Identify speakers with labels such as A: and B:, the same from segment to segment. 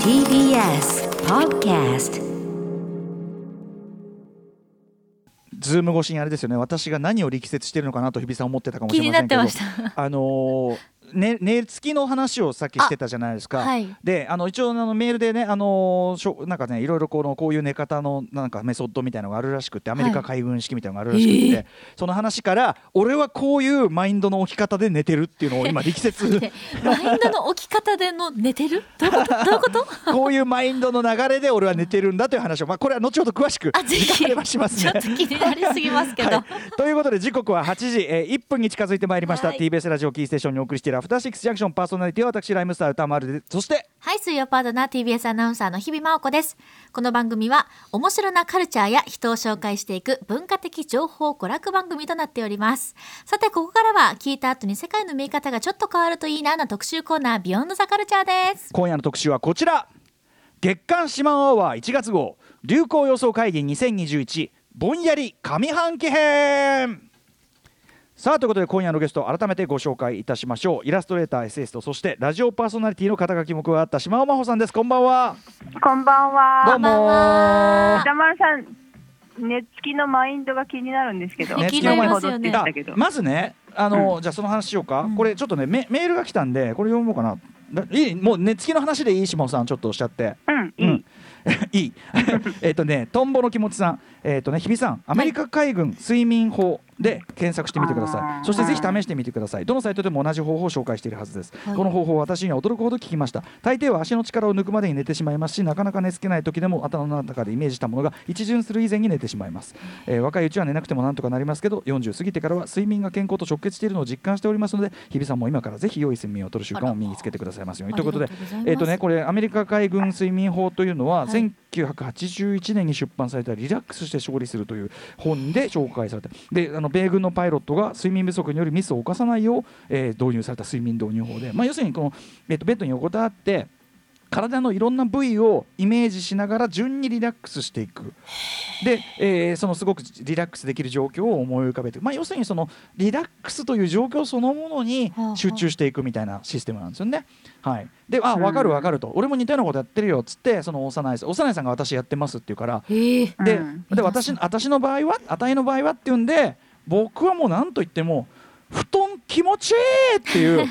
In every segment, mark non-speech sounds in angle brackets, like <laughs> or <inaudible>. A: TBS Podcast
B: ズーム越しにあれですよね私が何を力説してるのかなと日比さん思ってたかもし
C: 気
B: れ
C: に
B: ま
C: な
B: せ
C: っ
B: んけ
C: て
B: ど
C: ました。
B: あのーね、寝つきの話をさっきしてたじゃないですか。
C: はい。
B: であの一応あのメールでね、あのーしょなんかねいろいろこのこういう寝方のなんかメソッドみたいなのがあるらしくてアメリカ海軍式みたいなのがあるらしくて、
C: え
B: その話から俺はこういうマインドの置き方で寝てるっていうのを今
C: <laughs>
B: 力説
C: マインドの置き方での寝てるどういうことどういうこと
B: <laughs> こういうマインドの流れで俺は寝てるんだという話を、まあ、これは後ほど詳しく
C: あぜひ
B: 時間あればします
C: <laughs> ちょ
B: ね
C: っと。気になりすぎますけど。
B: はい、ということで時刻は8時、えー、1分に近づいてまいりました、
C: はい
B: TBS ラジオキーステーションにお送りしているアフターシックスジャンクションパーソナリティは私ライムスター歌丸でそして
C: はい、水曜パートナー TBS アナウンサーの日々真央子です。この番組は、面白なカルチャーや人を紹介していく文化的情報娯楽番組となっております。さて、ここからは聞いた後に世界の見え方がちょっと変わるといいなな特集コーナー、ビヨンドザカルチャーです。
B: 今夜の特集はこちら月刊シマンアワー1月号流行予想会議2021ぼんやり上半期編さあということで今夜のゲスト改めてご紹介いたしましょうイラストレーターエッセイストそしてラジオパーソナリティの肩書きも加わった島尾真帆さんですこんばんは
D: こんばん
B: ど
D: は
B: う。もー
C: こんばんは
D: 歌丸さん、寝つきのマインドが気になるんですけど、
C: ね
B: 気になります
C: よね
D: 先ほどって言ってたけど、
B: まずねあの、じゃあその話しようか、
C: うん
B: これちょっとねメメールが来たんでこれ読もうかなだいいもう寝つきの話でいい島尾さんちょっとおっしゃって
D: うん、
B: う
D: いい
B: ん。 <laughs> いいえっとねトンボの気持ちさんえっ、とね日比さんアメリカ海軍睡眠法で検索してみてください、
D: はい
B: そしてぜひ試してみてくださいどのサイトでも同じ方法を紹介しているはずです、
C: はい
B: この方法は私には驚くほど効きました大抵は足の力を抜くまでに寝てしまいますしなかなか寝つけない時でも頭の中でイメージしたものが一巡する以前に寝てしまいます、えー若いうちは寝なくてもなんとかなりますけど40過ぎてからは睡眠が健康と直結しているのを実感しておりますので日比さんも今からぜひ良い睡眠をとる習慣を身につけてくださいますようにということで
C: ありがございます
B: えっ、とね、これアメリカ海軍睡眠法というのは、
C: はい
B: 1981年に出版されたリラックスして勝利するという本で紹介された。で、あの米軍のパイロットが睡眠不足によりミスを犯さないよう、えー導入された睡眠導入法で、まあ要するにこのえっ、とベッドに横たわって。体のいろんな部位をイメージしながら順にリラックスしていくで、えーそのすごくリラックスできる状況を思い浮かべて、まあ、要するにそのリラックスという状況そのものに集中していくみたいなシステムなんですよね。はい、で「あ
D: うん
B: 分かる分かる」と「俺も似たようなことやってるよ」っつってその幼い幼いさんが「私やってます」って言うから
C: えー、
B: で,、
D: うん
B: で私私の場合はあたいの場合はって言うんで僕はもう何と言っても「布団気持ちいい!」っていう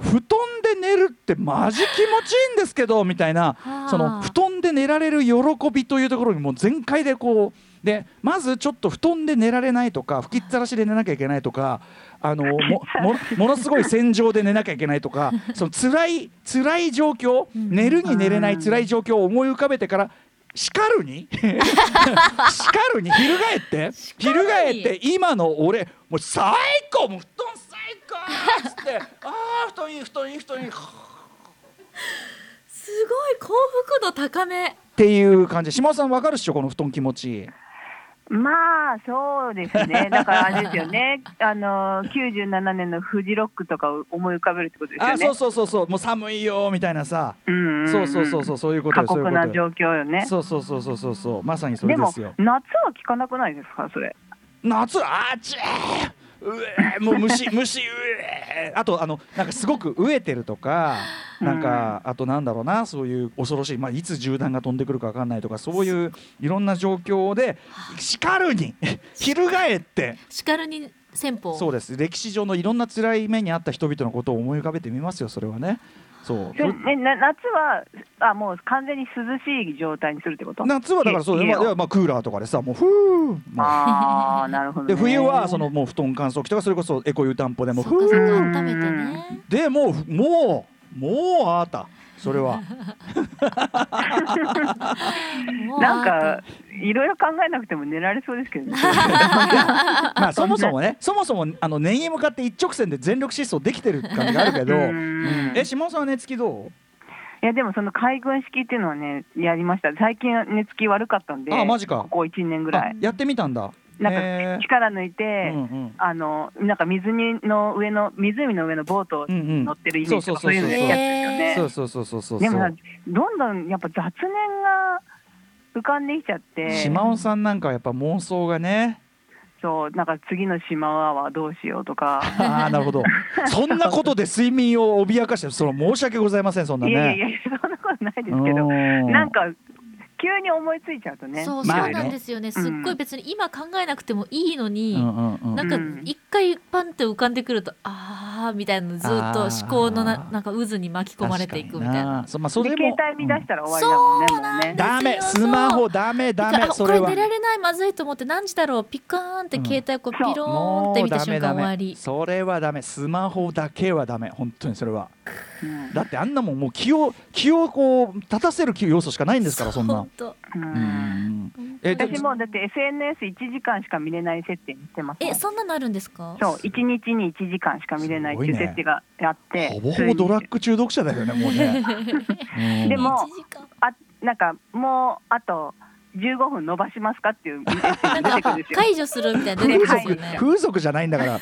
B: 布団で寝るってマジ気持ちいいんですけどみたいな
C: あー
B: その布団で寝られる喜びというところにもう全開でこうでまずちょっと布団で寝られないとか吹きっさらしで寝なきゃいけないとかあのももものすごい戦場で寝なきゃいけないとかその辛い辛い状況
C: ん
B: 寝るに寝れない辛い状況を思い浮かべてから叱るに叱る <laughs> に翻って
C: るに
B: 翻って今の俺もう最高もう布団最高っつって <laughs> ああ布団いい布団いい布団いい
C: すごい幸福度高め。
B: っていう感じ島尾さんわかるっしょこの布団気持ちいい
D: まあ、そうですね。だからあれですよね。 <laughs> あの、97年のフジロックとかを思い浮かべるってことですよ
B: あ
D: ね。
B: そうそうそうそうもう寒いよみたいなさ、
D: うんん
B: そうそうそうそうそういうこと
D: 過
B: よそういう
D: 酷
B: こと
D: な
B: よ
D: 状況よね。
B: そうそうそうそうそうそうまさにそ
D: で
B: れで
D: も
B: すよ
D: 夏は聞かなくないですかそれ。
B: 夏あーちえーうえーもう虫虫うえーあとあのなんかすごく飢えてるとかなんかあとなんだろうなそういう恐ろしいまあいつ銃弾が飛んでくるかわかんないとかそういういろんな状況で叱るに <laughs> 翻って
C: 叱るに戦法。
B: そうです歴史上のいろんな辛い目にあった人々のことを思い浮かべてみますよそれはねそう
D: それね、な夏はあもう完全に涼しい状態にするってこと
B: 夏はだからそうで
D: いい
B: まあ
D: よ
B: いやまあクーラーとかでさもうふーもう
D: ああなるほど、ね、
B: で冬はそのもう布団乾燥機とかそれこそエコ湯たんぽでも
C: そうっかそっ
B: ふ
C: か
B: ー
C: 温めてね。
B: でもうもうもうあなたそれ
C: <laughs>
B: は
C: もう
D: なん
C: あ
D: か
C: と、
D: いろいろ考えなくても寝られそうですけどね。
B: <laughs> まあそもそもねそもそもあの念に向かって一直線で全力疾走できてる感じがあるけど
D: うん
B: うんえ下尾さんは寝つきど
D: いや、でもその海軍式っていうのはね、やりました。最近寝つき悪かったんで、
B: あマジか
D: ここ1年
B: う
D: ぐらい
B: あ。やってみたんだ
D: なんか
B: へ
D: 力抜い
B: ー
D: て、
B: うんうん
D: あの、なんか水にの上の、湖の上のボート
B: う
D: に
B: んうん
D: 乗ってるイメージとか、
B: そそ
D: そうういう
B: そう
D: う
B: そ
D: の
B: う
D: やってる
B: そ
D: よ
B: う
D: ね。
B: そうそうそうそう
D: でも
B: そ
D: さ
B: う、
D: どんどんやっぱ雑念が浮かんできちゃって、 <laughs>
B: 島尾さんなんかはやっぱ妄想がね。
D: そうなんか次の島はどうしようとか
B: ああなるほどそんなことで睡眠を脅かしてその申し訳ございませんそんないね
D: やいやいやそんなことないですけど、
B: うん
D: なんか急に思いついちゃうとね。
C: そうそう
B: まあね
C: なんですよね、すっごい別に今考えなくてもいいのに、
B: うんうんうん
C: なんか
D: うん
C: 一回パンって浮かんでくると、あーみたいなのずっと
B: あー
C: 思考のななんか渦に巻き込まれていくみたい
B: 確かに
C: な。
B: そまあそ
D: で
B: れも
D: 携帯見出したら終わりだもんね。もう
C: そうなん
D: ね
C: だ
B: <laughs> ダメ
C: です
B: ス
C: よ
B: マホダメダ
C: なん
B: メ
C: かあ
B: そ
C: こ
B: れ
C: れ
B: は
C: 寝られないまずいと思って何時だろうピッカーンって携帯こう
D: うん
C: ピローン
B: も
C: って
B: う
C: 見た
B: ダ
C: 瞬
B: メ
C: 間
B: ダ
C: 終わ
B: メ
C: り
B: それはダメスマホだけはダメ本当にそれは
D: うん
B: だってあんなもんもう気を気をこう立たせる要素しかないんですからそんな
C: 本当
D: うん
B: うんえで
D: 私もうだって SNS1 時間しか見れない設定にしてますもん
C: えそんなのあるんですか
D: そう1日に1時間しか見れないっていう設定があって、
B: ほぼほぼドラッグ中毒者だよねも
C: <laughs>
B: うねうん
D: でも
C: 1時間
D: あなんかもうあと15分伸ばしますかっていうメッセージ出
C: な
D: て
C: ん
D: く
C: か
D: るんですよ。
C: 解除するみたいなの出
B: 風
C: てきます
B: 俗
C: よね
B: 風俗じゃないんだから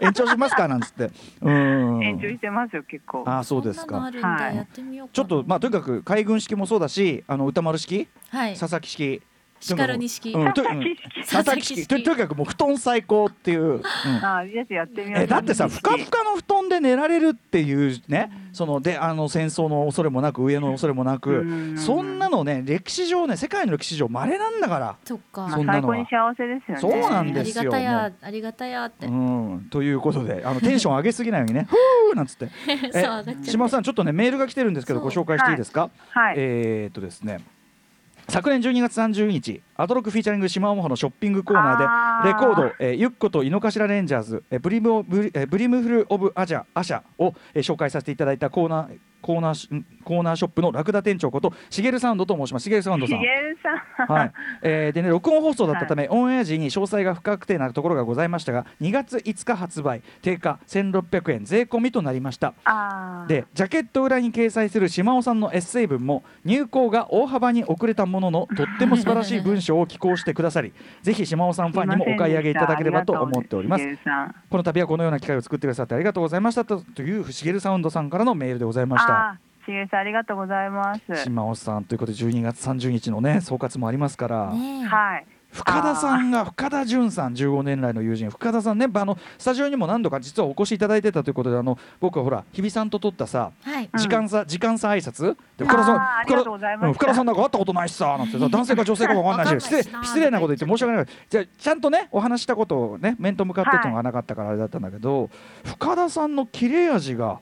B: 延長しますかなんつってうん
D: 延長してますよ結構。
B: あー <laughs> そうです
C: そんなのあ
B: か
C: るんだ
D: はい
C: やってみようかな
B: ちょっとまあとにかく海軍式もそうだしあの歌丸式
C: はい
B: 佐々木式
C: シカルニ式
B: うんと
D: 景
B: 佐々木式ととにかくもう布団最高っていう、うん
D: 色あーぜひやってみよう。
B: えだってさふかふかの布団で寝られるっていうねそのであの戦争の恐れもなく上の恐れもなく
D: うん
B: そんなのね歴史上ね世界の歴史上まれなんだから。
C: そっ
D: まあ
C: か
B: そんな
D: 最
B: の
D: 高
B: は
D: に幸せですよね。
B: そうなんですよ
C: ありがたやありがたや <laughs> って
B: うん、ということであのテンション上げすぎないようにね「ふー」なんつって
C: そう上
B: え
C: がっちゃって
B: 島尾さんちょっとねメールが来てるんですけど
C: そう
B: ご紹介していいですか、
D: はい。
B: えーっとですね昨年12月30日アトロックフィーチャリング島尾真帆のショッピングコーナーで
D: あー
B: レコード、えー、ゆっこと井の頭レンジャーズ、えーブリムオブリ、えーブリムフル・オブ・アジャアシャを、えー紹介させていただいたコーナーコーナーシんコーナーショップのラクダ店長ことしげるサウンドと申しますしげるサウンド
D: し
B: さん
D: げるさん。
B: はいえーでね、録音放送だったため、オンエア時に詳細が不確定なところがございましたが2月5日発売定価1600円税込みとなりました
D: あー
B: でジャケット裏に掲載する島尾さんのエッセイ文も入稿が大幅に遅れたもののとっても素晴らしい文章を寄稿してくださり <laughs> ぜひ島尾
D: <laughs>
B: さんファンにもお買い上げいただければと思っております
D: あがとうございますしげる
B: この度はこのような機会を作ってくださってありがとうございましたとというしげるサウンドさんからのメールでござい
D: さ
B: ま
D: ん。
B: した。
D: あーしげるさんありがとうございます。
B: 島尾さんということで12月30日のね総括もありますから、
C: ねえ
D: はい。
B: 深田さんが深田純さん15年来の友人深田さんねあのスタジオにも何度か実はお越しいただいてたということであの僕はほら日比さんと撮ったさ
C: はい
D: うん
B: 時間差、時間差挨拶で深田さん
D: あ
B: 深
D: ーありが
B: 田
D: とうございま
B: う
D: す
B: ん深田さんなんか会ったことないしさなんてさ男性か女性か分かんないし
C: わかんないしな
B: 失礼失礼なこと言って申し訳ないじゃあちゃんとねお話ししたことをね面と向かってっていうのがなかったからあれだったんだけど、深田さんの切れ味が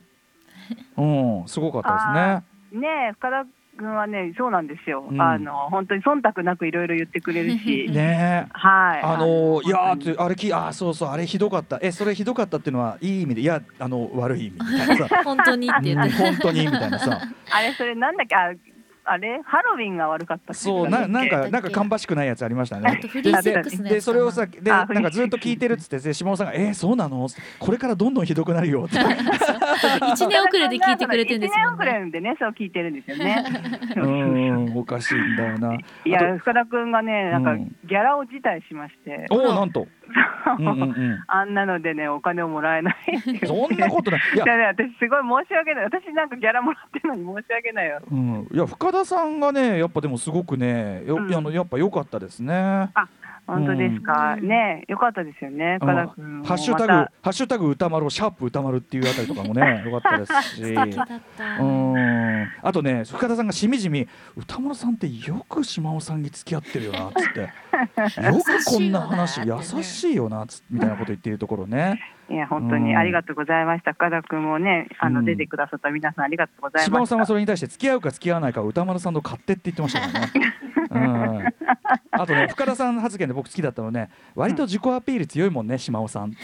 B: うんすごかったで
D: ねえ深田君はねそうなんですよ、
B: うん
D: あの本当に忖度なくいろいろ言ってくれる
B: す
D: し
B: <laughs> ね。ねえ
D: はい
B: あのいや
D: 本当に
B: ーつあれきあーそうそうあれひどかったえそれひどかったっていうのはいい意味でいやあの悪い意味みたいなさ
C: 本当にっ
B: う
C: て言
B: ん
C: って
B: 本当にみたいなさ
D: あれそれなんだっけああれハロウィンが悪かったって言っ
B: そう
D: てた
B: な
D: っけ
B: なんかなんか芳しくないやつありまし
C: <laughs>
B: た
C: あ
B: ね
C: と。フリーセックスのやつかな
B: でそれをさでな
D: あ
B: んかずっと聞いてるっつってで下尾さんが「えー、そうなの?」これからどんどんひどくなる
D: <laughs>
B: よ」って
C: <laughs> 一年遅れで聞いてくれてるんです
D: 一年
C: もん
D: 遅
C: ね
D: れでねそう聞いてるんですよね
B: <laughs> うーんおかしいんだよな。
D: い
B: あ
D: や深田君がねなん
B: う
D: か
B: ん
D: ギャラを辞退しまして
B: と、おおなんと、うんうんうん、
D: <laughs> あんなのでねお金をもらえないっていう
B: そんなことない。
D: <laughs>
B: いや
D: だからね私すごい申し訳ない私なんかギャラもらってるのに申し訳ないよ
B: うん、いや深田さんがねやっぱでもすごくねよ、
D: うん
B: あのやっぱ良かったですね。
D: 本当ですか、
C: うん
D: ねえよかったですよね深田君も
B: ハッシュタグ、
D: また
B: ハッシュタグ歌丸をシャープ歌丸っていうあたりとかも
D: <laughs>
B: ね、良かったですし。
C: 素敵だった
B: うーんあとね深田さんがしみじみ歌丸さんってよく島尾さんに付き合ってるよなっつ
D: <laughs>
B: ってよくこんな話
C: 優しいよなってね
B: 優しいよなっつみたいなこと言ってるところね
D: いや本当にありがとうございました、深田君もねあ
B: う
D: の
B: ん
D: 出てくださった皆さんありがと <laughs> うござい
B: 島
D: ま
B: 尾
D: した、
B: さんはそれに対して付き合うか付き合わないかは歌丸さんの勝手って言ってましたからね。うんあとね深田さん発言で僕好きだったのね割と自己アピール強いもんね島尾さんって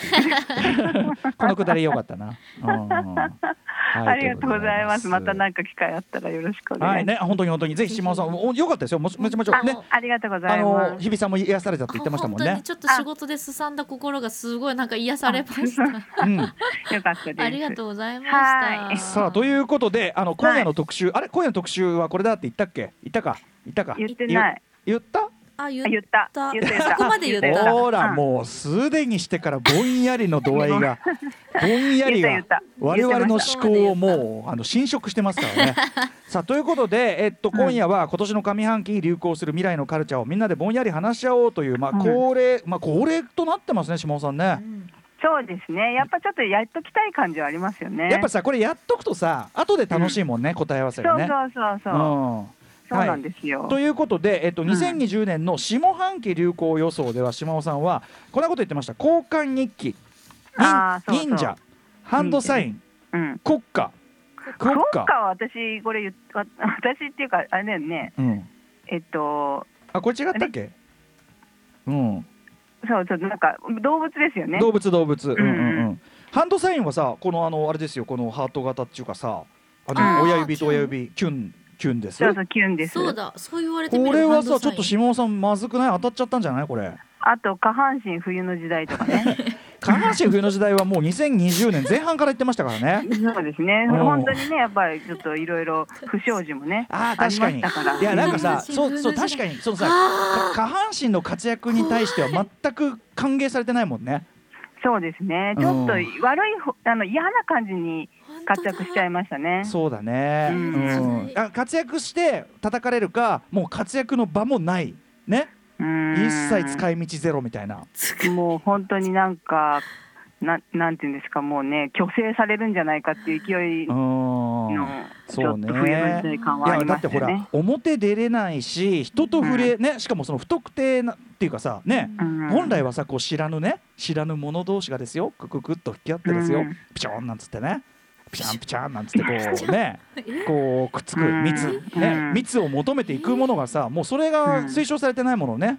B: <laughs> いうこのくだり良かったな、うんはい
D: ありがとうございますまた
B: は
D: なんか機会あったらよろしくお
B: は
D: 願い
B: い
D: しま
B: ね本当に本当にぜひ島尾さんお良かったですよもちもちもち
D: す、
B: ろんね
D: あありがとうござ
B: あ
D: いま
B: の
D: す
B: 日比さんも癒されたって言ってましたもん
C: 本当に
B: ね。
C: ちょっと仕事ですさんだ心がすごいなんか癒されました。 <laughs>
B: うん、
D: よかったです
C: ありがとうございまし
D: は
C: た。
D: い
B: さあということであの今夜の特集、あれ今夜の特集はこれだって言ったっけ言ったか言ったか
D: 言ってない
B: 言言った
C: あ言
D: あ言った
C: った
D: 言った言った
C: そこまで言った
D: 言った
B: ほら
D: うん
B: もうすでにしてからぼんやりの度合い
D: <laughs>
B: がぼんやり
D: 言
B: が
D: った言っ
B: 我
D: た
B: 々の思考をもうあの侵食してますから
D: <laughs>
B: ね。さあということで、えっと、
D: うん
B: 今夜は今年の上半期に流行する未来のカルチャーをみんなでぼんやり話し合おうという、まあ、
D: うん
B: 恒例、まあ、恒例となってますね島尾さんね。
D: そうですねやっぱちょっとやっときたい感じはありますよね
B: やっぱさこれやっとくとさ後で楽しいもんね、答え合わせ
D: そ
B: が
D: う
B: ね。
D: そうそうそう、
B: うん
D: そうなんですよ、
B: ということで、えっと、
D: ん
B: 2020年の下半期流行予想では島尾さんはこんなこと言ってました交換日記忍
D: あーそうそう
B: 忍者ハンドサイン
D: うん
B: 国家
D: 国
B: 国
D: 家
B: 家、
D: は私これ言っ <laughs> わ私っていうかあれだよね
B: うん、
D: えっと
B: あこれ違ったっけうん
D: そうそうなんか動物ですよね
B: 動物動物、うんうん
D: うんう
B: うん、ハンドサインはさこのあのあれですよこのハート型っていうかさあ
C: あー
B: の親指
C: キ
B: と
C: ュン
B: 親指キュンキュンです
D: そうそうキュンです
C: そうだそう言われてみ
B: こ
C: れ
B: れ
C: ば
B: はさちょっと島尾さんまずくない当たっちゃったんじゃないこれ
D: あと下半身冬の時代とか
C: <laughs>
D: ね
B: 下半身冬の時代はもう2020年前半から言ってましたからね
D: そうですね
B: うん
D: 本当にねやっぱりちょっといろいろ不祥事もね
B: <laughs> あー
D: あり
B: 確
D: ま
B: か
D: し
B: に
D: たから
B: いやなんかさ
C: うん
B: そうそう確かにそのさか下半身の活躍に対しては全く歓迎されてないもんね
D: そうですね
B: うん
D: ちょっと悪いほあの嫌な感じに活躍しちゃい
C: ま
D: ましたね
B: そうだね、う
D: うん
B: んあ活躍して叩かれるかもう活躍の場もないね一切使い道ゼロみたいな
D: 使いもう本当になんかななんていうんですかもうね虚勢されるんじゃないかっていう勢いうの
B: ん
D: ちょっと冬の時代感
B: い
D: はあ
B: や
D: り
B: だ
D: ま
B: っ
D: してた
B: ほ
D: よね
B: ら表出れないし人と触れ、ねしかもその不特定なっていうかさね、
D: うん
B: 本来はさこう知らぬね知らぬ者同士がですよクククッと引き合ってですよ、
D: うん
B: ピチョンなんつってねピチャンピチャンなんつってこうねこうくっつく
D: うん
B: 密
D: う
B: ね
D: ん
B: 密を求めていくものがさもうそれが
D: うん
B: 推奨されてないものね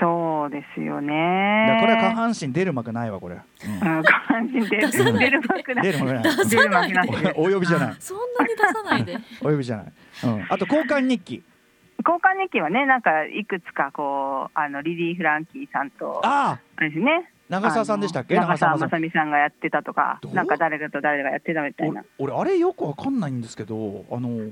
D: そうですよね
B: だからこれは下半身出る幕ないわこれ、うん
D: うん下半身で
C: 出さない
D: 出る幕 <laughs> な
B: 出
D: い
B: る幕ない
D: 出る幕なしです
B: おお呼びじゃない
C: そんなに出さないで
B: お呼びじゃない、うん、あと交換日記
D: 交換日記はねなんかいくつかこうあのリリー・フランキーさんと
B: あ
D: あ
B: あ
D: れですね
B: 長澤さんでしたっけ
D: あの長
B: 長
D: 澤
B: 澤
D: ま
B: ま
D: さ
B: さ
D: みさんがやってたとか
B: どう
D: なんか誰かと誰がやってたみたいな
B: お俺あれよくわかんないんですけどあの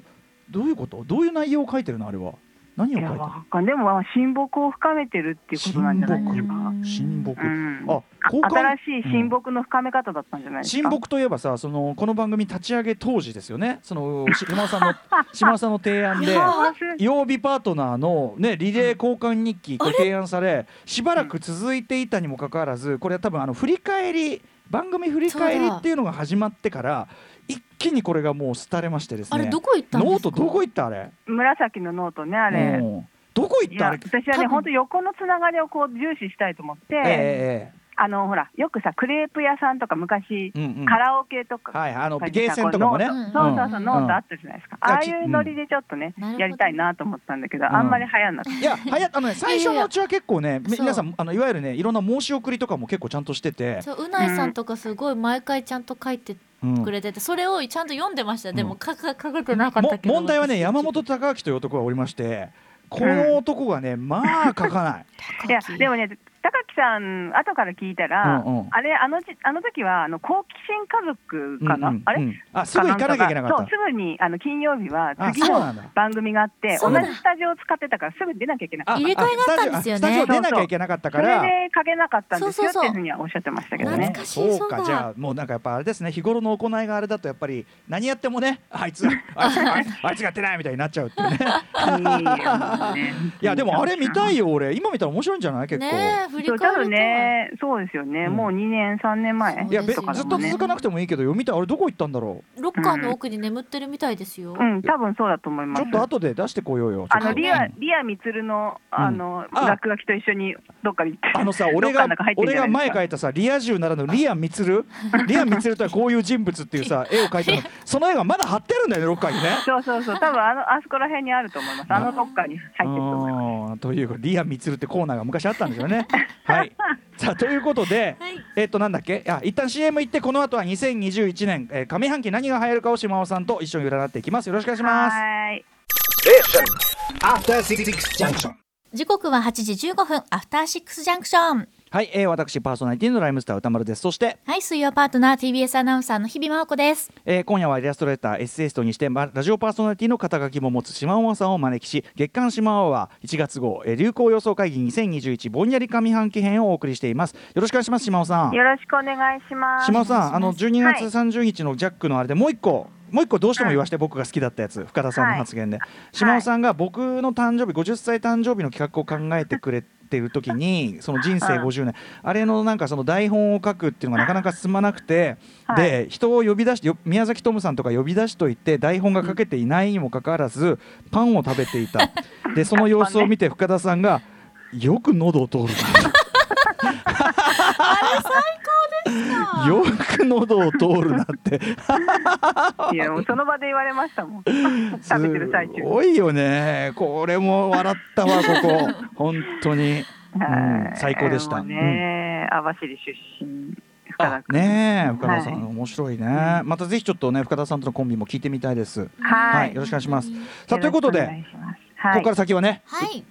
B: どういうことどういう内容を書いてるのあれは何
D: い
B: を書い
D: や
B: てるの
D: わかんでもまあ親睦を深めてるっていうことなんじゃないですか、
B: 親睦、
D: うん、
B: あ交換
D: 新しい親睦の深め方だったんじゃないですか、
B: 親睦といえばさそのこの番組立ち上げ当時ですよねそのし島尾さんの島尾さんの提案で
D: あ
B: 曜日パートナーの、ね、リレー交換日記ご提案されしばらく続いていたにもかかわらずこれは多分あの振り返り番組振り返りっていうのが始まってから一気にこれがもう廃れましてです
C: あれ
B: ね
C: どこ行ったんですか
B: ノートどこ行ったあれ
D: 紫のノートねあれ、
B: うんどこ行
D: い
B: ったあ
D: や
B: れ
D: 私はね
B: 多分
D: 本当横のつながりをこう重視したいと思って、
B: ええ
D: あのほらよくさクレープ屋さんとか昔、
B: ええうんうん
D: カラオケとか、
B: はいあのゲーセンとかもね
C: うん
D: そうそうそう、
C: うん
D: ノートあったじゃないですか、
B: うん
D: ああいうノリでちょっとね、
C: うん
D: やりたいなと思ったんだけど、
B: うん
D: あんまり流行んなくて、
B: いや、はや、あのね、最初のうちは結構ね、み
C: そう
B: 皆さん、あの、いわゆるね、いろんな申し送りとかも結構ちゃんとしてて。
C: そううないさんとかすごい毎回ちゃんと書いて
B: うん
C: くれててそれをちゃんと読んでましたで
B: う
C: も書か書けてなかっ
B: も
C: たけど
B: 問題は
C: <laughs>
B: ね、
C: 私
B: 山本隆明という男がおりまして。この男がね、まあ書か
C: <laughs>
B: ない。
C: 高
D: いや
C: 木
D: でもね高木さん後から聞いたら、
B: うんうん
D: あれあのじあの時はあの好奇心家族かな、
B: うんうん
D: あれ、
B: うんあ、すぐ行かなきゃいけな
D: そ
B: か
D: う
B: っ
D: すぐにあの金曜日は
B: た。あ、
D: 次
B: そう
D: の
B: なんだ。
D: 番組があって
C: そ
D: 同
C: う
D: じ
C: だ
D: スタジオを使ってたからすぐ出なきゃいけなかっ
B: あ
D: た
C: 入れ替えがあったんですよね
B: スタジオ出なきゃいけなかった
D: そ
B: か
D: れで
B: ら。
D: 書けなかったんです
C: そう
D: よ
C: そうそう
D: っていうふうにはおっしゃってましたけど
C: そう
D: ね
C: 懐かしい
B: そう
C: そう
B: か
C: だ
B: じゃあもうなんかやっぱあれですね日頃の行いがあれだとやっぱり何やってもねあいつあいつあいつあいつがやってないみたいになっちゃうっていうねいやでもあれ見たいよ俺今見たら面白いんじゃない結構
C: ねえ振り
D: そう多
C: 返る
D: 分
C: と
D: ねそうですよね、
B: うん
D: もう2年3年前
B: いやべず
C: そ
B: っ
C: うですよ
B: と続かなくてもいいけど読みたいあれどこ行ったんだろう
C: ロッカーの奥に眠ってるみたいですよ、
D: うん多分そうだと思いま
B: ち
D: す
B: ょっと後で出してこようよ。
D: あ
B: ちょ
D: の
B: っと
D: リアリアミツルのあの、
B: あ
D: 落書きと一緒にどっかに行って
B: あのさ、
D: どっ
B: 俺
D: か
B: が
D: の中入ってん
B: 俺
D: じゃ
B: が
D: ない
B: 前
D: ですか
B: 描いたさ、リア充ならぬリアミツ
D: <laughs>
B: ル、リアミツルとはこういう人物っていうさ、絵を描いたの。その絵がまだ貼ってるんだよね、ロッカーにね。
D: そうそうそう多分あのあそこら辺にあると思いますあのどっかに入ってると思います
B: うんというリアミツルってコーナーが昔あったんですよ
D: <laughs>
B: ね。はい。さあということで、
C: はい
B: えっとなんだっけ？あ、一旦 CM 行ってこの後は2021年、えー上半期何が流行るかを島尾さんと一緒に占っていきます。よろしくお願いします。
D: はーい
E: After Six Junction.
C: 時刻は8時15分アフターシックスジャンクション
B: はい、えー私パーソナリティのライムスター歌丸ですそして、
C: はい、水曜パートナー TBS アナウンサーの日々真央子です。
B: えー今夜はイラストレーターエッセイストにしてまラジオパーソナリティの肩書きも持つ島尾さんをお招きし月刊島尾は1月号、えー流行予想会議2021ぼんやり上半期編をお送りしていますよろしくお願いします島尾さん
D: よろしくお願いします。
B: 島尾さんあの12月
D: はい
B: 30日のジャックのあれでもう一個もう一個どうしても言わして僕が好きだったやつ深田さんの発言で島尾さんが僕の誕生日50歳誕生日の企画を考えてくれてる時にその人生
D: うん
B: 50年あれのなんかその台本を書くっていうのがなかなか進まなくて
D: はい
B: で人を呼び出してよ宮崎トムさんとか呼び出しといて台本が書けていないにもかかわらずパンを食べてい <laughs> たでその様子を見て深田さんがよく喉を通るなよく喉を通るなって
D: いやもうその場で言われました
B: <laughs>
D: もん。食べてる最中
B: す。ごいよねこれも笑ったわここ
D: <laughs>
B: 本当に
D: はい
B: 最高でした
D: もうね、網走出身。深田
B: あ
D: 君
B: ねえ深田さん、
D: はい
B: 面白いねまたぜひちょっとね深田さんとのコンビも聞いてみたいです
D: はい
B: よろしくお願いしますさあということで
D: よろしくお願いしますは
B: ここ
D: い
B: から先はね
C: はい。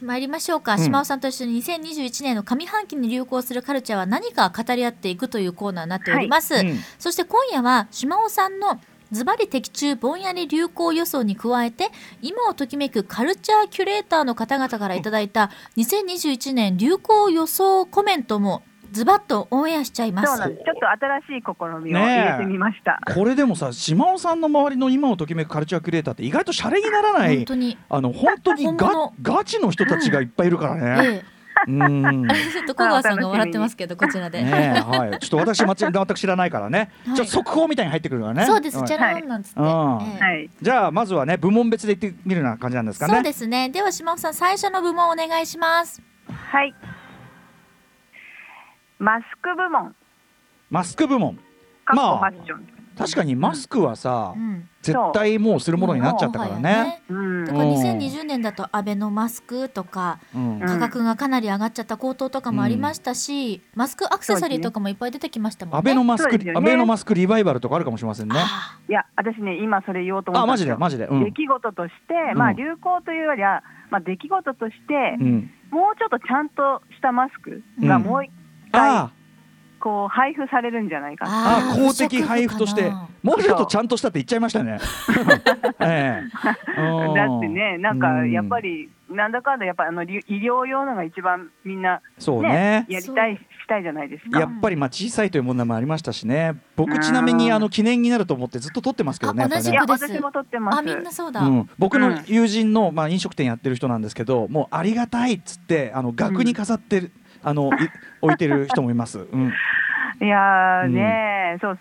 C: 参りましょうか。
B: うん
C: 島尾さんと一緒に2021年の上半期に流行するカルチャーは何か語り合っていくというコーナーになっております。
B: うん
C: そして今夜は島尾さんのズバリ的中ぼんやり流行予想に加えて今をときめくカルチャーキュレーターの方々からいただいた2021年流行予想コメントもズバッとオンエアしちゃいま
D: そう
C: す
D: な。んです。ちょっと新しい試みを
B: ねえ
D: 入れてみました。
B: これでもさ島尾さんの周りの今をときめくカルチャークリエイターって意外とシャレにならな
C: 本
B: い
C: 当に。
B: あの本当に
C: 本
B: ガ
C: 物
B: ガチの人たちがいっぱいいるからね。
C: え <laughs>
B: うん
C: え、ちょっと小川さんが笑ってますけどこちらで。
B: ねえはい、ちょっと私、街全く知らないからね、
C: はい
B: ちょっと速報みたいに入ってくるからね。
C: そうです、
B: はい
C: チャランなんつって。
B: う
C: ええ
B: ん
D: はい。
B: じゃあ、まずはね、部門別でいってみるような感じなんですかね。
C: そうですね。では島尾さん最初の部門お願いします。
D: はい。マスク部門、
B: マスク部門、
D: かっ
B: まあ
D: こファッション。
B: 確かにマスクはさ、
C: うん。
B: 絶対もうするものになっちゃったからね。。
D: うん
C: だから2020年だとアベノマスクとか
B: うん
D: ん
C: 価格がかなり上がっちゃった高騰とかもありましたし、マスクアクセサリーとかもいっぱい出てきましたも
B: ア
C: んね。
B: ベノマス
D: そ
B: ク、
D: うですよね
B: アベノマスクリバイバルとかあるかもしれませんね。
C: あ
D: いや、私ね、今それ言おうと思
B: あ、
D: った
B: マ
D: ん
B: ジ
D: す
B: で、
D: よ
B: マジで。うん
D: 出。来事として、ま
B: う
D: あ
B: ん
D: 流行というよりは、まあ出来事として、
B: うん、
D: もうちょっとちゃんとしたマスクがもう一回
B: あ
D: こう配布されるんじゃないかな。
B: あ
C: あー
B: 公的配布としてもうちょっとちゃんとしたって言っちゃいま
D: <laughs>
B: したね。ええうん
D: だってね、なんかやっぱ
B: うん
D: り、なんだかんだやっぱあのり医療用のが一番みんな、
B: そうね、
D: ねやりたい、したいじゃないですか。
B: やっぱりまあ小さいという問題もありましたしね僕ちなみにあの記念になると思ってずっと撮ってますけどね
C: あ
B: やっぱり
C: 同じ
B: ね
D: いや、
C: そうです
D: 私も撮ってます。
C: あみんなそうだ。
B: うん、僕
D: う
B: の
D: ん
B: 友人の、まあ、飲食店やってる人なんですけどもうありがたいっつってあの額に飾ってる、あのい置いてる人もいます。
D: <laughs>
B: うん、
D: いやーねそう。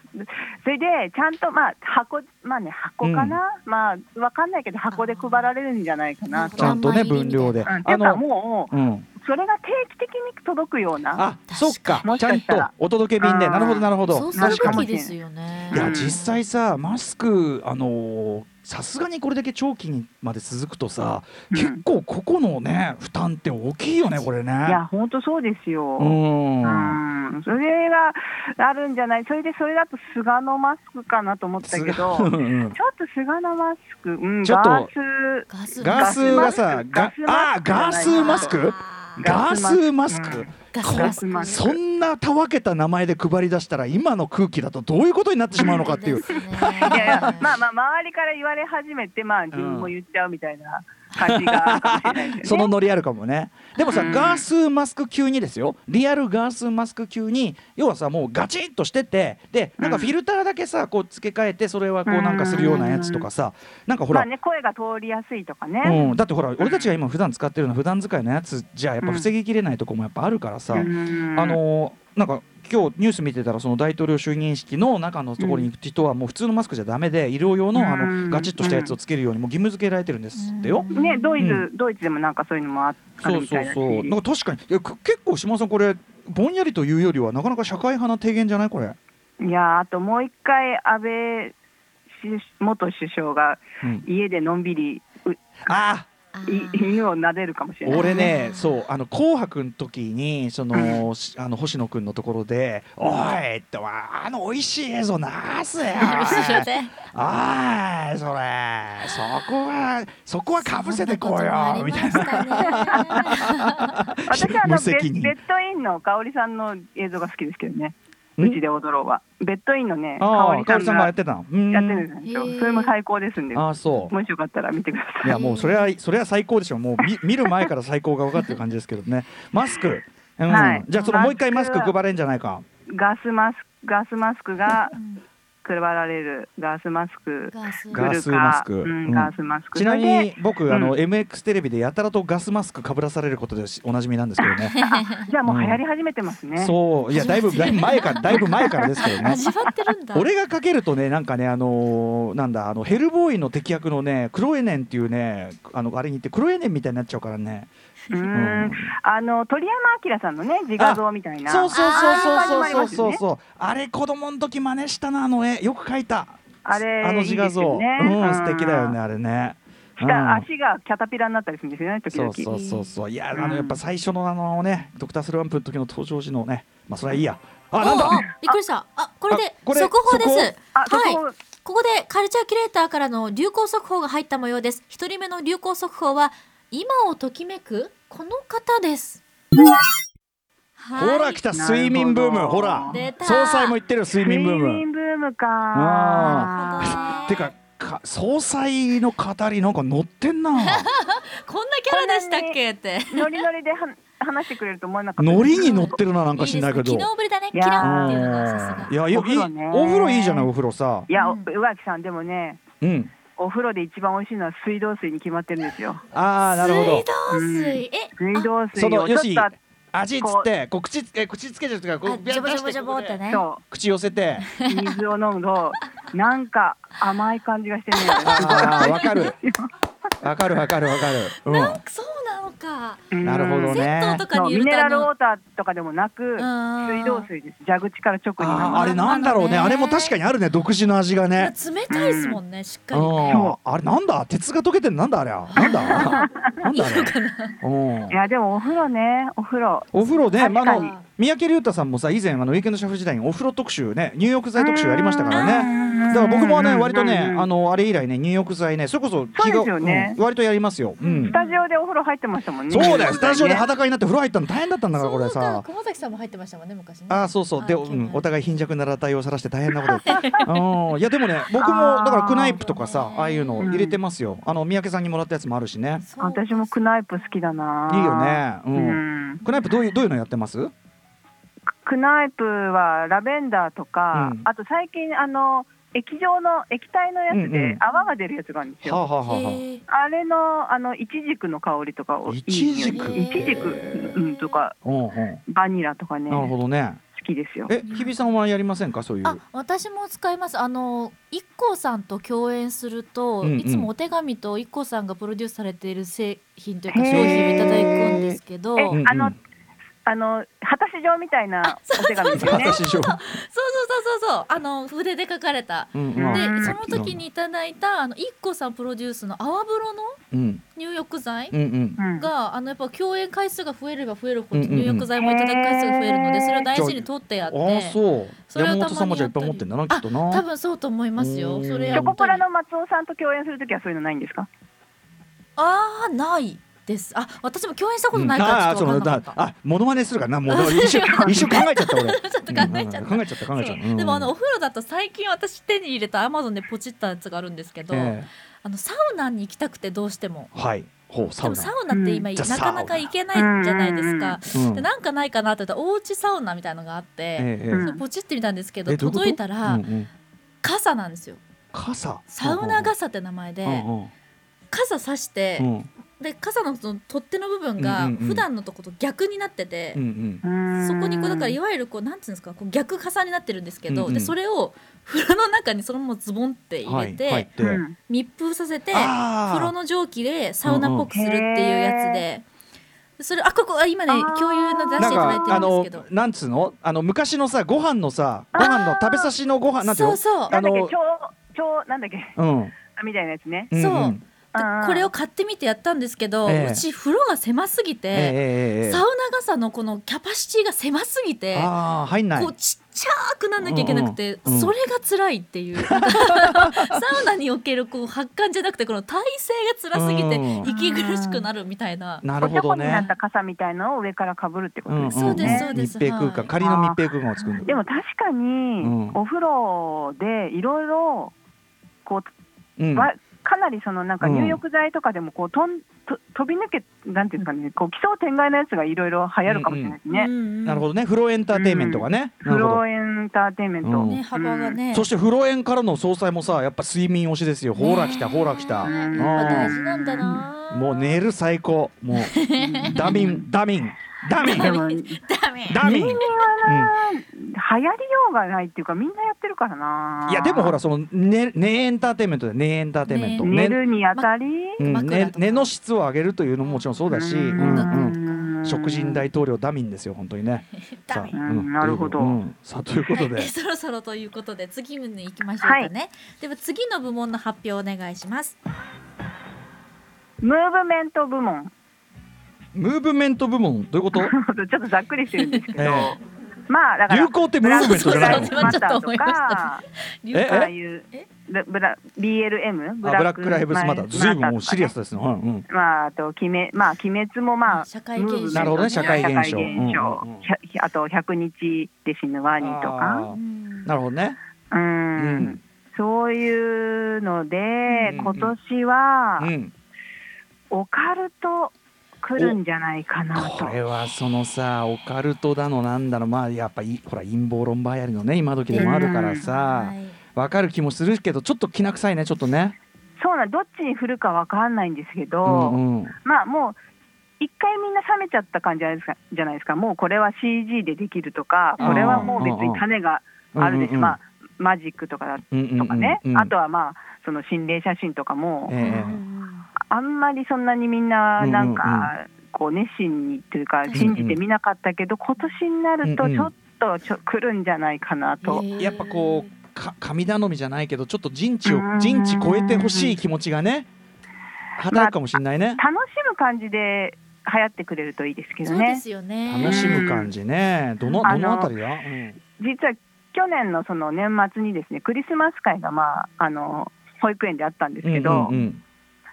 D: それで、ちゃんと、まあ、箱、まあね、箱かな、まあ、わかんないけど、箱で配られるんじゃないかな
B: ち
D: と。
B: ゃんとね
C: 何枚入り
B: 分量で。
D: うん、ていうか、もう、
B: うん、
D: それが定期的に届くような。
B: あそっか
D: もし
B: ちゃ
D: か
B: ん
D: したら
B: とお届け便で
D: うん
B: なるほどなるほど。
C: そうす
D: な
C: る
D: んかも
C: べき
D: し
C: で
D: れない
C: すよね。
B: いや
D: うん
B: 実際さマスクあのーさすがにこれだけ長期にまで続くとさ、
D: うん
B: 結構個々のね負担って大きいよねこれね。
D: いや、本当そうですよ。
B: うん。
D: うんそれがあるんじゃない、それでそれだと菅のマスクかなと思ったけど、ちょ
B: <laughs>
D: っ
B: うん
D: と菅のマスク、うん、
B: ちょっと
D: ガー
C: ガス
B: ガスがさ
D: ガス
B: があガ
D: ガス
B: スマ
D: マ
B: ス
D: ス
B: クガ
D: ガ
B: スマ
D: スマ
B: ス
D: スク
B: ク
C: ガス
B: こ
C: マスク。
B: そんなたわけた名前で配り出したら今の空気だとどういうことになってしまうのかって
D: <laughs>
B: いう
C: ですね。
D: ス、い
C: <laughs>
D: やいや、まあまあ、周りから言われ始めて、まあ、自分も言っちゃうみたいな感
B: <laughs>
D: じがあるかもしれないです
B: そ
D: よね。
B: のノリあるかもねでもさ、
D: うん
B: ガースマスク級にですよリアルガースマスク級に要はさもうガチッとしててでなんかフィルターだけさこう付け替えてそれはこうなんかするようなやつとかさなんかほ
D: ま
B: ら
D: あね、声が通りやすいとかね。
B: うん、だってほら俺たちが今普段使ってるような普段使いのやつじゃやっぱ防ぎきれないとこもやっぱあるからさ、
D: うん
B: あのーなんか今日ニュース見てたらその大統領就任式の中のところに行く人はもう普通のマスクじゃダメで医療用のあ
D: う
B: の
D: ん
B: ガチッとしたやつをつけるようにもう義務付けられてるんですってよ。
D: ね、ドイツ、
B: う
D: ドイツでもなんかそういうのもああ
B: そ
D: る
B: う
D: み
B: そ
D: た
B: う
D: いだし
B: そうなんか確かにいやく結構島田さんこれぼんやりというよりはなかなか社会派な提言じゃないこれ。
D: いやーあともう一回安倍し元首相が
B: うん
D: 家でのんびりう
B: あ
C: あ
D: い
C: ー
D: 犬を撫でるかもしれない。
B: 俺ね、そう、あの紅白の時に、その、しあの星野くんのところで。おいって、わあの美味しい映像な <laughs> すよ。
C: 後ろで
B: あい、それ、そこは、そこはかぶせてこうよみたいな。
C: な。
D: 私はあの
B: 無
D: ベベ
B: 責任
D: ッドインの香織さんの映像が好きですけどね。
B: ん
D: うちで踊ろうは。ベッドインのね、
B: あ
D: 香
B: あ、
D: 織
B: か
D: さ
B: お
D: ん
B: さんが
D: が
B: や
D: や
B: っ
D: って
B: たの。
D: てる
B: ん
D: んですよ
C: へー。
D: それも最高ですんで、
B: あ
D: も
B: あ、そう。
D: しよかったら見てくだ
B: い
D: さい。
B: や、もう、それは、それは最高でしょもう、見、見る前から最高が分かってる感じですけどね。マスク。うん
D: はい
B: じゃあ、そのもう一回マ
D: マ
B: ス
D: ス
B: ク
D: ク
B: 配れんじゃないか。
D: ガスマスク、ガスマスクが
C: うん
D: 配られる。ガスマスク。
C: ガス
B: ガス
D: 来るか
B: マスク
D: うん、
B: うん
D: ガスマスク。
B: ちなみ
D: それで
B: に僕、あの
D: う
B: MX テレビでやたらとガスマスクかぶらされることでしおなじみなんですけどね。
D: じゃあもう流行り始めてますね。
B: そういやだいぶだいぶ前からだいぶ前からですけど
C: <laughs>
B: ね。
C: 始まってるんだ。
B: 俺がかけるとねなんかねあのーなんだあのヘルボーイの敵役のねクロエネンっていうねあのあれに行ってクロエネンみたいになっちゃうからね。
D: うー。
B: うん
D: あの鳥山明さんのね自画像みたいな。
B: そうそうそうそうそう
D: あー始まります
B: そ
D: よ
B: う
D: ね
B: そうあれ子供の時真似したなあの絵よく描いた。
D: あれ
B: の自画
D: いい
B: 像
D: ですよね
B: うん
D: うん
B: 素敵だよねあれね。
D: 下
B: うん
D: 足がキャタピラになったりするんですよね時
B: そ
D: 々
B: う。そうそうそういやあ
D: うん
B: のやっぱ最初のあのねドクタースランプの時の登場時のねまあそれはいいやあなんだ
C: おおびっくりした。あ、これで
B: あこれ
C: 速報です。
B: 速
D: あそこ、
C: はい。ここでカルチャーキュレーターからの流行速報が入った模様です。一人目の流行速報は今をときめくこの方です。
B: ほ
C: はい
B: ら来た睡眠ブーム
D: なる
B: ほ
D: ほど
B: ら
C: 出た
B: 総裁も言ってる睡
D: 睡
B: 眠ブーム
D: 眠ブームか。
B: あ
C: ー
B: てかか総裁の語りなんか乗ってんな <laughs>
C: こんなキャラでしたっけって。
D: ノリノリでは話してくれると思わなかった。
B: ノリに乗ってるななんか知んないけど
C: いいですね昨日ぶりだね。キ
D: いやー
C: ラーンっ
B: う
C: て
B: ん
C: いうのがさすが
B: い。やよ
D: お風呂
B: い
D: ね
B: いお風呂いいじゃないお風呂さ
D: いや、
C: う
D: お
C: ん
D: 上木さんでもね、
B: うん
D: お風呂で一番美味しいのは水道水に決まってるんですよ。
B: ああなるほど
C: 水道水、え、
D: 水
C: あ
D: 道水
B: その
D: をちょ
B: よ
D: っ
B: し
D: とあ
B: 味っつってこう口つえ口つけちゃうとかこ
C: あ
B: うビャ
C: ジョ
B: ッ
C: ボ
B: 出
C: ジ
B: し
C: ョ
B: て
C: ボジョボってね。
D: そ
B: 口寄せて
D: う水を飲むとなんか甘い感じがしてね。
B: あーわかるわかるわかるわかるう
C: そ
B: ん
C: うなのか。
D: うん
B: なるほどね。
C: 銭湯とか
D: そう
C: にいる
D: ミ
C: と
D: ネラルウォ
C: あ
D: ーターとかでもなく
C: のうん
D: 水道水です蛇口から直に飲
B: あ
D: む
B: ーあれなんだろうね。
C: な
B: あ
C: んだろ
B: れ
C: うね
B: も確かにあるね。独自の味がね。
C: 冷たいですもんね、しっ
B: う
C: かりね。
B: ん。あれなんだ。鉄が溶けてんのなんだあれは。なんだ。
C: <laughs>
B: なんだあれ。うん
D: い。やでもお風呂ねお風呂
B: お風呂ね、まあ、あ
D: 確
B: の
C: かに
B: 三宅龍太さんもさ以前あのウィークエンドシャフ時代にお風呂特集ね入浴剤特集やりましたからね
D: ね
B: だから僕もね割とねあ
D: の
B: のあれ以来ね入浴剤ねそれこそ
D: そうですよね
B: うん割とやりますよ、うん
D: ス、タジオでお風呂入ってましたもんね
B: そうだよスタジオで
D: ね
B: 裸になって風呂入ったの大変だったんだからこれ
C: そうか
B: さ
C: 熊崎さんも入ってましたもんね、昔ね。
B: あーそうそうで、
C: あ
B: う
C: ー
B: ん、お
C: 気
B: 互い貧弱な裸体を晒して大変なことうんいやでもね僕もだからクナイプとかさ
C: あー
B: ああいうのを入れてますよ、あの三宅さんにもらったやつもあるしね
C: そう
D: 私もクナイプ好きだない
B: いよねう、
D: うんん
B: クナイプどういうどういうのやってます
D: クナイプはラベンダーとか、
B: うん
D: あと最近あの液状の液体のやつ
B: うんう
D: で
B: ん
D: 泡が出るやつがあるんです
B: はあ、
D: よ、
B: はあはあはあ
C: へー
D: あれのあのイチジクの香りとかを
B: イチジ
C: ク
D: いい匂いイチジクうんとか
B: うんうん
D: バニラとかね
B: なるほ
D: 好
B: どね。
D: きですよ
B: え、日比さんはやりませんか、そういう。
C: あ私も使いますあの IKKO さんと共演すると、
B: うんうん
C: いつもお手紙と IKKO さんがプロデュースされている製品というか商
D: へー
C: 品をいただくんですけど
D: え
C: そうそう
B: うん
D: あのあの果たし状みたいなお手紙ですよね
B: 私しょ。
C: <laughs> そうそうそうあの筆で書かれた
B: うん
D: う
C: で
D: ん
C: その時にいただいたあの IKKO さんプロデュースの泡風呂の
B: うん
C: 入浴剤
B: うんうん。
D: うん
C: があのやっぱ共演回数が増えれば増えるほど
B: うんうんうん
C: 入浴剤もいただく回数が増えるのでそれを大事に取ってや
B: あ
C: っ
B: あ
C: て
B: そう。
C: それは
B: 山
C: たまに
B: 本さんもじゃあいっぱい持ってんだなきっとな。
C: 多分そうと思いますよそれ
D: チ
C: や
D: ョコ
C: っ
D: プ
C: た
D: ラ
C: り
D: の松尾さんと共演するときはそういうのないんですか
C: あーないですあ私も共演したことないから
B: あ
C: ちょっと
B: あその
C: 分かんな
B: だ
C: かった
B: あモノマネするからなもう一瞬一瞬考えちゃった俺
C: <laughs> ちょっと考えちゃ
B: う
C: った
B: ん考えちゃった考えちゃった
C: そううんでもあのお風呂だと最近私手に入れたアマゾンでポチったやつがあるんですけど、
B: え
C: あのサウナに行きたくてどうしても
B: えはいほうサ
C: で
B: ウ
C: も
B: ナ
C: サウナって今
B: うん
C: なかなか行けないじゃないですか、
B: うん
C: でなんかないかなって言ったらおうちサウナみたいのがあって、
B: ええええ
D: うん
C: それポチってみたんですけど
B: えどううこと
C: 届いたら
B: うんうん
C: 傘なんですよ
B: 傘
C: サウナ傘って名前で、
B: うんうん
C: 傘さして、
B: うんうん
C: で傘のその取っ手の部分が
B: うんうんうん
C: 普段のとこと逆になってて、
B: うん
C: そこにこうだからい
D: よ
C: わゆるこうなんていうんですかこう逆傘になってるんですけど、
B: うんうん
C: でそれを風呂の中にそのままズボンって
B: うん
C: 入れて、
B: はい入って
C: 密封させて
B: あー
C: 風呂の蒸気でサウナっぽくするっていうやつで、それあここあ今ね
D: あー
C: 共有の出して
B: なん
C: いただい
B: か
C: てる
B: あ
C: んです
B: の
C: けど。
B: なんつうのあの昔のさご飯のさご飯の食べさしのご飯なんていう
C: そ
B: の
C: うそう
B: あ
D: なんだっけ <laughs>
B: の
D: 蝶蝶なんだっけ
B: うん
D: みたいなやつね
B: んん
C: そう
D: うんうん
C: これを買ってみてやったんですけど、
B: ええ
C: うち風呂が狭すぎ
B: え
C: て、
B: えええええ
C: サウナ傘のこのキャパシティが狭すぎて。
B: ああ入んない
C: こうちっちゃくなんなきゃいけなくて、
B: うんうん
C: それが辛いって
B: <laughs>
C: いうサウナにおけるこう発汗じゃなくてこの体勢が辛すぎて
B: うん
C: 息苦しくなるみたいな、
B: な
D: な
B: るほど
D: になっ
B: ね
D: た傘みたいのを上からかぶるってことです
C: ん
D: よ
C: そうですそう
D: ね。
C: です
B: 密閉空間、
C: はい
B: 仮の密閉空間を作るんだ
D: でも確かに
B: うん
D: お風呂でいろいろこ
B: う、
D: うんわかなりそのなんか
B: うん
D: 入浴剤とかでもこうとんと飛び抜けなんていうんですかねこう奇想天外なやつがいろいろ流行るかもしれないですね。
B: な
C: な
B: るほどね風呂エンターテインメントがね、
D: フ
B: なるほ
D: ロ
B: ど
D: ーエンターテインメント、
B: うん
C: ね幅がね、
B: そして風呂園からの総裁もさやっぱ睡眠推しですよほら来たほら来た
C: ねえ
D: うん
C: やっぱ大事なんだな
B: もう寝る最高もうダミンダミンダミン
D: でも
C: ダメ
B: ダミン、うん、
D: 流行りようがないっていうかみんなやってるからない
B: やでもほらその寝寝エンターテインメントで寝エンターテインメント、
D: 寝るにあたり、
B: うん
C: 枕
B: 寝
C: とか
B: 寝の質を上げるというのももちろんそうだし、
D: うん
B: うん
C: だ
B: うん
D: うん
B: 食人大統領ダミンですよ本当にね。
C: ダメ
B: さあ
D: うんなるほど
B: といううんさあということで
C: <laughs> え、そろそろということで次に行きましょうかね、では次の部門の発表お願いします
D: ムーブメント部門 <laughs>
B: ムーブメント部門どういうこと？
D: ちょっとざっくりしてるんですけど、
B: え
D: まあだ
B: え
D: から
B: 流行ってムーブメントじゃないの
C: そうそうそう？
D: ブラックマター
C: <laughs>
D: とか
C: 流
B: え
D: ああいう
C: え
D: ブラ BLM
B: あブラックライブズマターずいぶんもうシリアスですね。うんうん。
D: まあ、あと鬼滅、まあ、鬼滅もまあ、
C: 社会現象
D: ムーブメント
B: なるほどね社会現象
D: 社会現象
B: うんうんうん
D: ひゃひあと100日で死ぬワニとか、
B: あ
C: うん
B: ーなるほどね。
D: う、
B: うんん
D: そういうので、
B: ん
D: 今年は、
B: うん。
D: オカルト来るんじゃないかな
B: こ。
D: と
B: れはそのさオカルトだのなんだのまあやっぱいほら陰謀論ばやりのね今時でもあるからさ
C: はい
B: わかる気もするけどちょっときな臭いねちょっとね。
D: そうなんどっちに振るかわかんないんですけど、
B: うんうん。
D: まあもう一回みんな冷めちゃった感じじゃないですかじゃないですかもうこれは CG でできるとかこれはもう別に種があるでし
B: うんう
D: ょ、
B: んうん
D: まあ、マジックとかだと
B: と
D: かね、あとはまあその心霊写真とかも、
B: ええ
D: あんまりそんなにみんななんかこう熱心にというか
C: うんうん
D: 信じてみなかったけど今年になると
B: うんうん
D: ちょっとちょ来るんじゃないかなと。
C: ええ
B: やっぱこうか神頼みじゃないけどちょっと人知を
D: うん
B: 人知超えてほしい気持ちがね働くかもしれないね、
D: 楽しむ感じで流行ってくれるといいですけど
C: そうで
D: ね。
C: すよね
B: 楽しむ感じねどの
D: あ
B: ど
D: の
B: のあたりだ、うん
D: 実は去年のその年末にですねクリスマス会がまああの保育園であったんですけど、
B: うんうん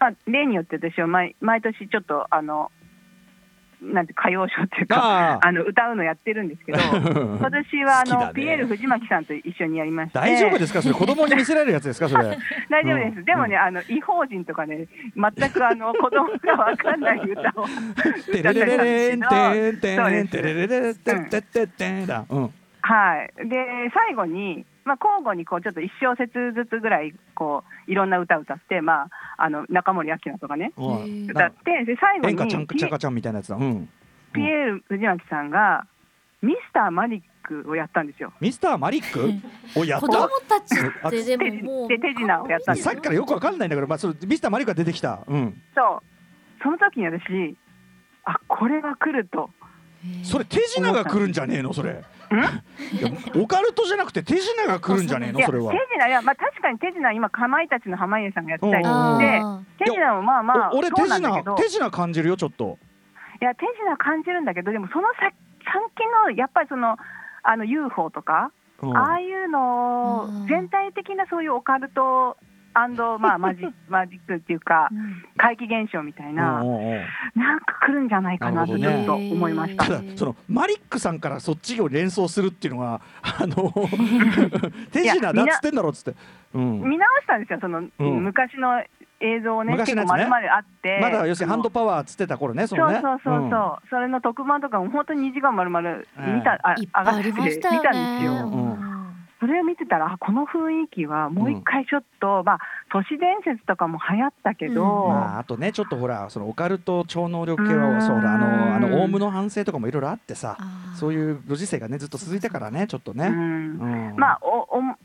D: まあ、例によって私は毎毎年ちょっとあのなんて歌謡ショーっていうか
B: ああ
D: あの歌うのやってるんです
B: <laughs>
D: けど今年はあ
B: 好き
D: の、
B: だね
D: ピエール藤巻さんと一緒にやりまして
B: 大丈夫ですかそれ子供に見せられるやつですかそれ
D: 大丈夫です、
B: うん
D: でもね、あの違法人とかね、全くあの子供がわかんない歌を、
B: テレレレレンテンテンテンテレレレレテ
D: うん
B: ンテンテンテンだうん
D: はい、で最後に、まあ、交互にこうちょっと1小節ずつぐらいこう、いろんな歌歌って、まあ、あの中森明菜とかね、
B: お
C: へ
B: い
C: え
B: なん
D: 歌っ
B: か
D: て、で最後
B: 演歌ちゃん
D: に
B: かち
D: ピ
B: ゃかちゃんみたいなやつだうん
D: ピエール藤巻さんが、ミスターマリックをやったんですよ。
B: ミスターマリックをやっ
C: 子
B: た
C: 供たちってでももう
D: 手手品をやったんです
B: さっきからよくわかんないんだけど、まあ、それミスターマリックが出てきた、うん、
D: そうその時に私あこれは来ると
B: それ手品が来るんじゃねえのそれ <laughs> いやオカルトじゃなくて手品が来るんじゃねえ
D: い
B: の
D: や
B: それは
D: 手。品いや、まあ、確かに手品今かまいたちの濱家さんがやってたり
B: うん
D: して
C: あ
D: 手品もまあまあ
B: お俺手
D: そうなんだけ
B: 品
D: ど
B: 手品感じるよちょっと。
D: いや手品感じるんだけどでもその先先のやっぱりそのあの UFO とか、
B: うん
D: ああいうの
C: うん
D: 全体的なそういうオカルトまあ、マジ <laughs> マジックっていうか
C: ーうん
D: 怪奇現象みたいな、
B: うんうんうん
D: なんか来るんじゃないかなとち
B: なる
D: ょっ
B: ほ
D: と
C: どね
D: 思いました
B: た。だそのマリックさんからそっちを連想するっていうのが <laughs> あ
D: <laughs>
B: の手品だっつってんだろっつって、うん、
D: 見直したんですよ、その、
B: ん
D: 昔の映像をね、
B: 昔
D: 結
B: の
D: 構
B: やつね
D: まるまるあって、
B: まだ要するにハンド
D: そ
B: パワーっつってた頃ねその
D: の
B: ね
D: そうそうそうそう、それの特番とかも本当に2時間まるまる見た、あ
C: いっぱいあり
D: 上が
C: ま
D: って
C: してた
D: 見たんです
C: よ
D: よ。
B: ん
C: ね
B: ですよ
D: それを見てたら、あこの雰囲気はもう一回ちょっと、まあ、都市伝説とかも流行ったけど、
C: うん
B: まあ、あとねちょっとほらそのオカルト超能力系
D: う
B: は
D: ん
B: そうほらあのあのオウムの反省とかもいろいろあってさ
C: あー
B: そういうご時世がねずっと続いたからねちょっと
D: う
B: ね、
D: ん
B: うん
D: まあ、おおも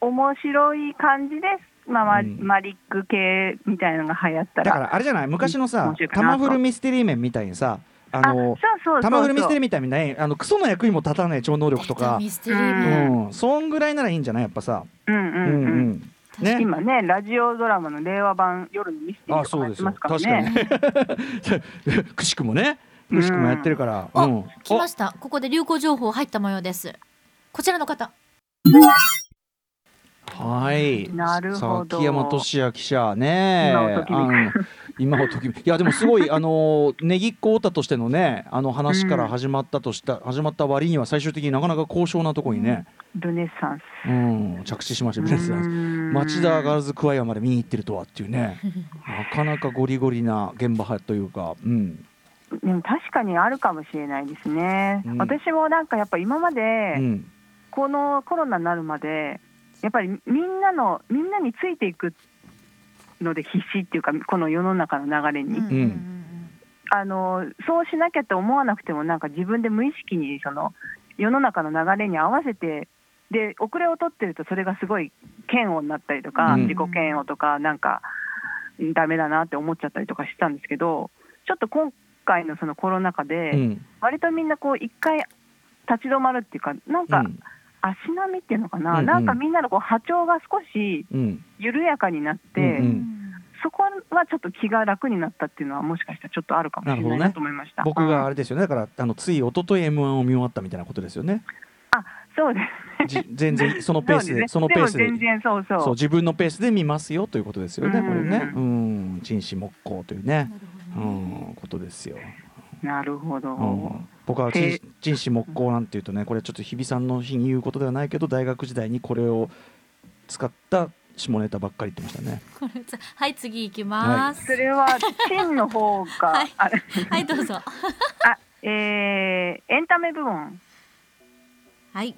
D: 面白い感じです、まあマ
B: うん
D: マリック系みたいのが流行った
B: だ
D: ら。
B: からあれじゃない昔の
D: うん
B: さ
D: 面白いかな
B: 玉
D: と
B: フルミステリー面みたいにさあ
D: あ
B: の
D: そうそうそうそう
B: 玉フルミステリーみたいにねあのクソの役にも立たない超能力とか、
C: ミステリー
B: う
C: も
B: ん、そんぐらいならいいんじゃないやっぱさ、
D: うんう
B: うん
D: んうん
B: うんね
D: 今ね、ラジオドラマの令和版夜のミステリー
B: あ
D: とか
B: そ
D: も
B: う
D: や
B: で
D: っ
B: す
D: て
B: よ
D: ますから
B: 確かに
D: ね。
B: ね <laughs> くしくもねくしくもやってるから、
C: あ、
B: うん
C: 来ました。ここで流行情報入った模様です。こちらの方。
B: はい。
D: なるほど
B: 崎山俊也記者ね。
D: 今をときめ
B: あ
D: く
B: の今をときめくいやでもすごいあのネギっ子オタとしてのねあの話から始まったとした、始まった割には最終的になかなか高尚なとこにね、
D: ルネサン
B: うん、着地しました
D: ス。
B: ねレスラー
D: うん
B: 町田ガールズクワイアまで見に行ってるとはっていうねなかなかゴリゴリな現場派というか、うん
D: でも確かにあるかもしれないですね、
B: うん
D: 私もなんかやっぱ今まで、
B: うん、
D: このコロナになるまでやっぱりみんなのみんなについていくので必死っていうかこの世の中の流れに、
B: ん
D: あのそうしなきゃって思わなくてもなんか自分で無意識にその世の中の流れに合わせてで遅れを取ってるとそれがすごい嫌悪になったりとか、
B: うん
D: 自己嫌悪とかなんかうんダメだなって思っちゃったりとかしたんですけどちょっと今回のそのコロナ禍で、
B: うん
D: 割とみんなこう一回立ち止まるっていうかなんか、
B: うん
D: 足並みっていうのかな、
B: うんうん
D: なんかみんなのこう波長が少し
B: うん
D: 緩やかになって、
B: うんうん
D: そこはちょっと気が楽になったっていうのは、もしかしたらちょっとあるかもしれな
B: な
D: い
B: るほど
D: な
B: ね
D: と思いました。
B: 僕が
D: あ
B: あれですよねだからあのつい一昨日 m 1を見終わったみたいなことですよね
D: そうです
B: じ全然そのペース
D: <laughs> そうすね
B: でそのペースで
D: も全然そうそう
B: そう自分のペースで見ますよということですよね、
D: うん
B: これねうん陳志木工というねうんことですよ、
D: なるほど、
B: うん、僕は
D: で
B: 陳志木工なんていうとねこれちょっと日比さんの日に言うことではないけど大学時代にこれを使った下ネタばっかり言ってましたね
C: これつはい、次行きます。
D: それは真の方が、
C: はい
D: あれ
C: はい、どうぞ。
D: あえーエンタメ部門
C: はい。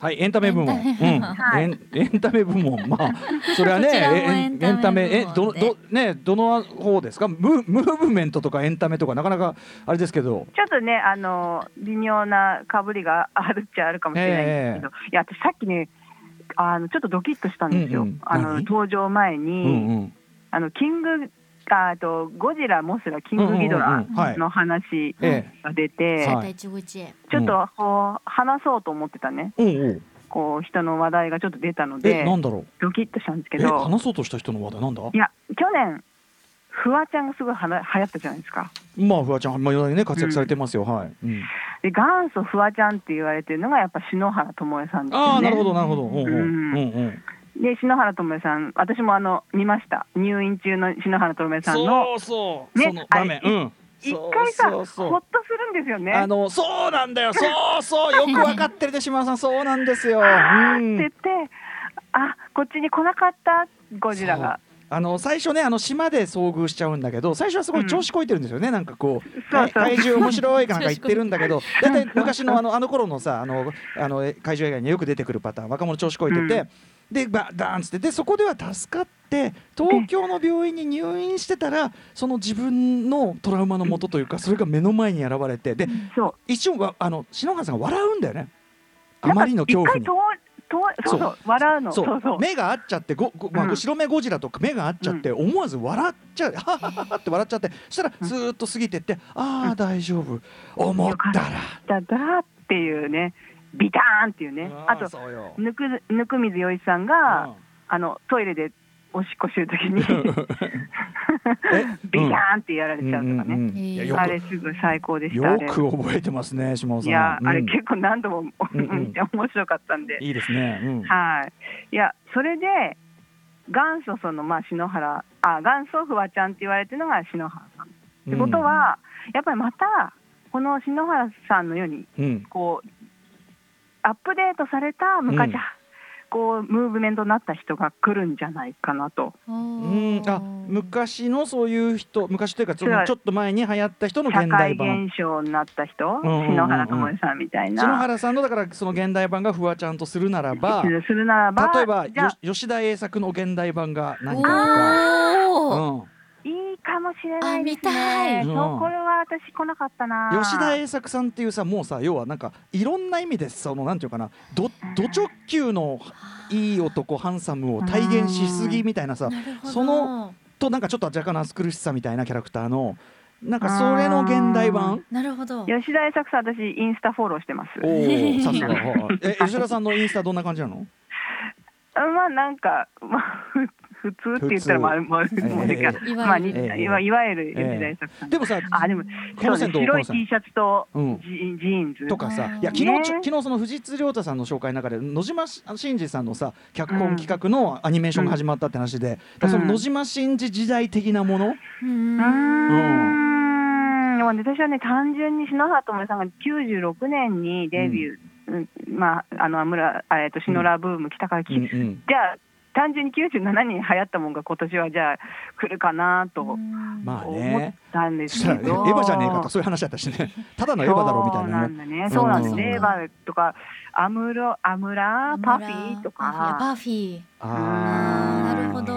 B: はいエンタメ部門、うん
C: エンタメ部門
D: はい
B: エンエンタメ部門まあそれはね
C: こちらも
B: え
C: エンタメ
B: エンタメえ
C: 部門
B: ど
C: で
B: どねどの方ですかムムーブメントとかエンタメとかなかなかあれですけど
D: ちょっとねあの微妙なかぶりがあるっちゃあるかもしれないんですけど、いや私さっきねあのちょっとドキッとしたんですよ、
B: うんうん
D: あの
B: 何
D: 登場前に、
B: うんうん
D: あのキングああとゴジラモスラキングギド
B: うんう
D: ラ
B: んうんはい
D: の話
B: え
D: が出
B: は
D: て、
B: い
C: また一期一会。
D: ちょっとこう話そうと思ってたね
B: えうんうん
D: こう人の話題がちょっと出たの
B: え
D: で
B: なんだろう
D: ドキッとしたんですけ
B: え
D: ど
B: 話そうとした人の話題なんだ
D: いや去年フワちゃんがすごいはな流行ったじゃないですか
B: まあフワちゃんまあ世代にね活躍されてますよ、はい、うん、
D: で元祖フワちゃんって言われてるのがやっぱ篠原ともえさんです
B: あ
D: よ
B: あなるほ
D: ね
B: どなるほどうんうん
D: うん
B: うんうん
D: で篠原ともえさん私もあの見ました入院中の篠原ともえさんの
B: うそう
D: ね
B: その場面
D: あれ
B: うん
D: 一回さ
B: そうそう
D: ほ
B: そ
D: っ
B: う
D: とするんですよね
B: あのそうなんだよそうそうよくわかってるで島田さんそうなんですよ、うん
D: って、言って、あこっちに来なかった、ゴジラが。
B: あの最初ねあの島で遭遇しちゃうんだけど最初はすごい調子こいてるんですよね、なんかこう
D: そうそう
B: 怪怪獣面白いかなんか言ってるんだけど大体昔のあのあの頃のさあのあのえ怪獣映画によく出てくるパターン若者調子こいてて、
D: う
B: でバダーンっつってでそこでは助かって東京の病院に入院してたらその自分のトラウマの元というかそれが目の前に現れてで
D: そう
B: 一応はあの篠原さんが笑うんだよねあまりの恐怖に
D: なん。か一回ととそうそう笑うのそうそう
B: 目が合っちゃってごご、まあ
D: うん
B: 後ろ目ゴジラとか目が合っちゃって、思わず笑っちゃう <laughs> ははははって笑っちゃってそしたらずーっと過ぎてって、ああ大丈夫思ったら、
D: だだっていうねビターンっていうねあと
B: そうよ、
D: ぬくぬくみずよいさんが、あのトイレでおしっこしてるときに <laughs>
B: え
D: ビターンってやられちゃうとかね、
B: んんんいやよ
D: あれすぐ最高で
B: く
D: したあれ
B: よく覚えてますね島尾さ
D: い
B: ん
D: や、あれ
B: うん
D: 結構何度も
B: うんうん
D: 見て面白かったんで、
B: いいですね、うん
D: はい、いやそれで元祖そのまあ篠原あ元祖フワちゃんって言われてるのが篠原さんってことは、やっぱりまたこの篠原さんのように
B: うんうん
D: こうアップデートされた昔、
B: うん
D: こうムーブメントになった人が来るんじゃないかなと
B: うんあ昔のそういう人昔というかそのちょっと前に流行った人の
D: 社
B: 現
D: 会
B: 代版
D: 現象になった人、
B: んうんうん
D: 篠原ともえさんみたいな。
B: 篠原さんのだからその現代版がフワちゃんとするなら
D: <laughs>
B: ば
D: するならば
B: 例えばよ
D: じゃあ
B: 吉田栄作の現代版が何かと
C: おお。
B: か、
D: いいかもしれないで
C: あ見
D: す
C: た
D: ね。
C: い
D: そう
B: うん
D: これは私来なかったな
B: うん、。吉田栄作さんっていうさもうさ要はなんかいろんな意味でそのなんていうかなどド直球のいい男ハンサムを体現しすぎみたいなさ
C: なるほど。
B: その。となんかちょっと若干暑苦しさみたいなキャラクターのなんかそれの現代版
C: なるほど。
D: 吉田栄作さん、私、インスタフォローしてます。 <laughs>
B: おおさすがえ吉田さんのインスタどんな感じなの
D: あまあなんか、まあ、ふ普通って言ったらまあまあ
B: 通
D: もうてか
C: ええ
D: まあに
B: ええ
D: いわいわゆる四時代作さん
B: でもさ
D: あでも
B: コ
D: そ
B: ン
D: う
B: セ
D: ね
B: ント
D: 白
B: コン
D: い
B: セント
D: T シャツと
B: うん
D: ジジーンズ
B: とかさ
C: う、ん
B: いや昨日ちょ
D: ね
B: 昨日その藤津亮太さんの紹介の中で野島し真司さんのさ脚
D: う
B: 本
D: ん
B: 企画のアニメーションが始まったって話で、だからその
D: うん
B: 野島真司時代的なもの、
C: う
D: うー
C: ん。
D: ん、まあ、私はね単純に篠原智恵さんが96年にデビュー、うんまああの安室あえっとシノラブーム来たからき、
B: うんうん
D: じゃあ単純に97年に流行ったもんが今年はじゃあ来るかなと
B: まあ
D: 思っ
B: ね。
D: たんで
B: そ
D: す
B: し
D: け
B: た
D: ど、
B: らね、エヴァじゃねえかとかそういう話だったしね、ただのエヴァだろうみたいなね。
D: そうなんだね。
B: そ
D: そうう
B: な
D: なんん
B: だ
D: ですね。エヴァとか、アムロ、アムラ、パフィーとか。
C: パフィー
D: あ
C: な
D: ー
C: るほど。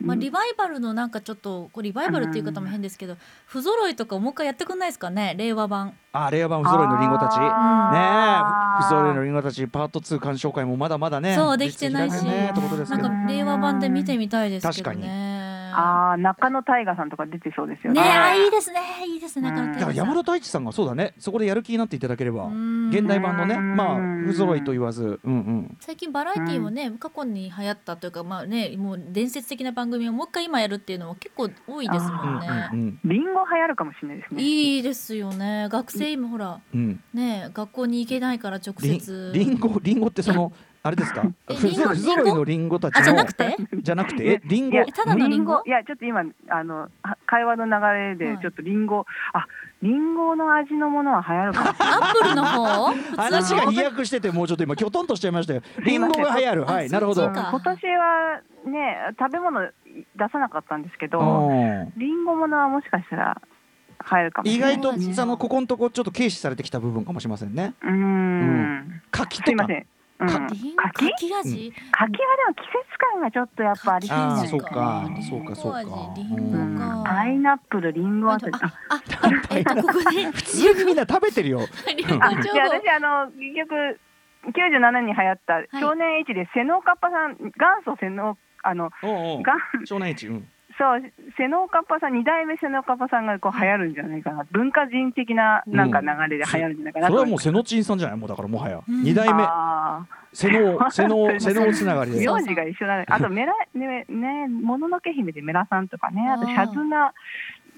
C: まあ、リバイバルのなんかちょっとこうリバイバルっていう方も変ですけど不揃いとかもう一回やってくんないですかね令和版
B: あー、令和版不揃いのリンゴたち。ね
D: あ
B: え、
D: ー
B: 不揃いのリンゴたちパート2鑑賞会もまだまだね。
C: そうできてないし
B: 実現ねってことです
C: な
B: け
C: ん
B: ど。
C: か令和版で見てみたいですけどね
D: ああ、中野大河さんとか出てそうですよ
C: ね
D: ね。
C: あいいですねいいですね中野
B: だ
C: 太
B: から
C: 郎さ
B: 山
C: ん
B: 田太一さんがそうだね、そこでやる気になっていただければ
C: う。ん
B: 現代版のね、
D: うん
B: まあ不揃いと言わず、うんうん。
C: 最近バラエティーもね、過去に流行ったというかまあねもう伝説的な番組をもう一回今やるっていうのも結構多いですも
B: うん
C: ん
B: う
C: ね、
B: ん
D: リンゴ流行るかもしれないですね。
C: いいですよね学生今ほら
B: うんうん。
C: ね学校に行けないから直
B: リ
C: 接
B: ンリンゴリンゴってそのあれですか？
C: え
B: 不
C: リンゴ
B: 不揃いのリンゴたち
C: あじゃ
B: の
C: なくて
B: じゃなくてえリン
D: い
B: ゴ
D: や
C: えただのリンゴ
D: いやちょっと今あのは会話の流れ
C: は
D: で
C: い
D: ちょっとリンゴ、あリンゴの味のものは流行るかもしれない
C: アップルの方普
B: 話
C: の
B: が飛躍しててもうちょっと今きょとんとしちゃいましたよ。リンゴが流行る
C: あ
B: はい
C: そう
B: なるほ
C: そ
B: ど
C: う。か
D: 今年はね食べ物出さなかったんですけど
B: うん
D: リンゴものはもしかしたら流行るかもし
B: 意
D: れない
B: 外と
C: そうですね
B: そのここのとこちょっと軽視されてきた部分かもしれませんね。
D: うーん
B: 柿
D: す
B: と
D: いま
B: か
D: せ。ん、うん、
C: リン
D: 柿
C: 柿味、
D: 柿はでも季節感がちょっとやっぱありすぎ
B: あ
D: な
B: あ
D: い
B: そう
D: です
B: か
D: ね
B: そうかそうか
C: リンゴ味リン
B: う
C: ゴか、
D: パイナップルリンゴ
C: あ
D: あたりあ
C: ああえっとここで
B: 普通にみんな食べてるよ。
C: リンゴ情
D: あ
C: 報
D: いや私あの結局97年に流行った少年 H で瀬能かっぱさん元祖瀬能あの
B: おうおう
D: が
B: 少年一うん。
D: そう瀬能かっぱさん二代目瀬能かっぱさんがこう流行るんじゃないかな文化人的ななんか流れで流行るんじゃないかな
B: そ
D: と
B: れは
D: 思い
B: もう
D: ます
B: セノチンさんじゃないもうだからもはや
C: うん
B: 二代目
D: あ
B: セノセノセノつながり
D: ー
B: で
C: そう。
D: 名字が一緒だ
B: <laughs>
D: ねあとメラねねもののけ姫でメラさんとかねあと
C: あー
D: シャズナ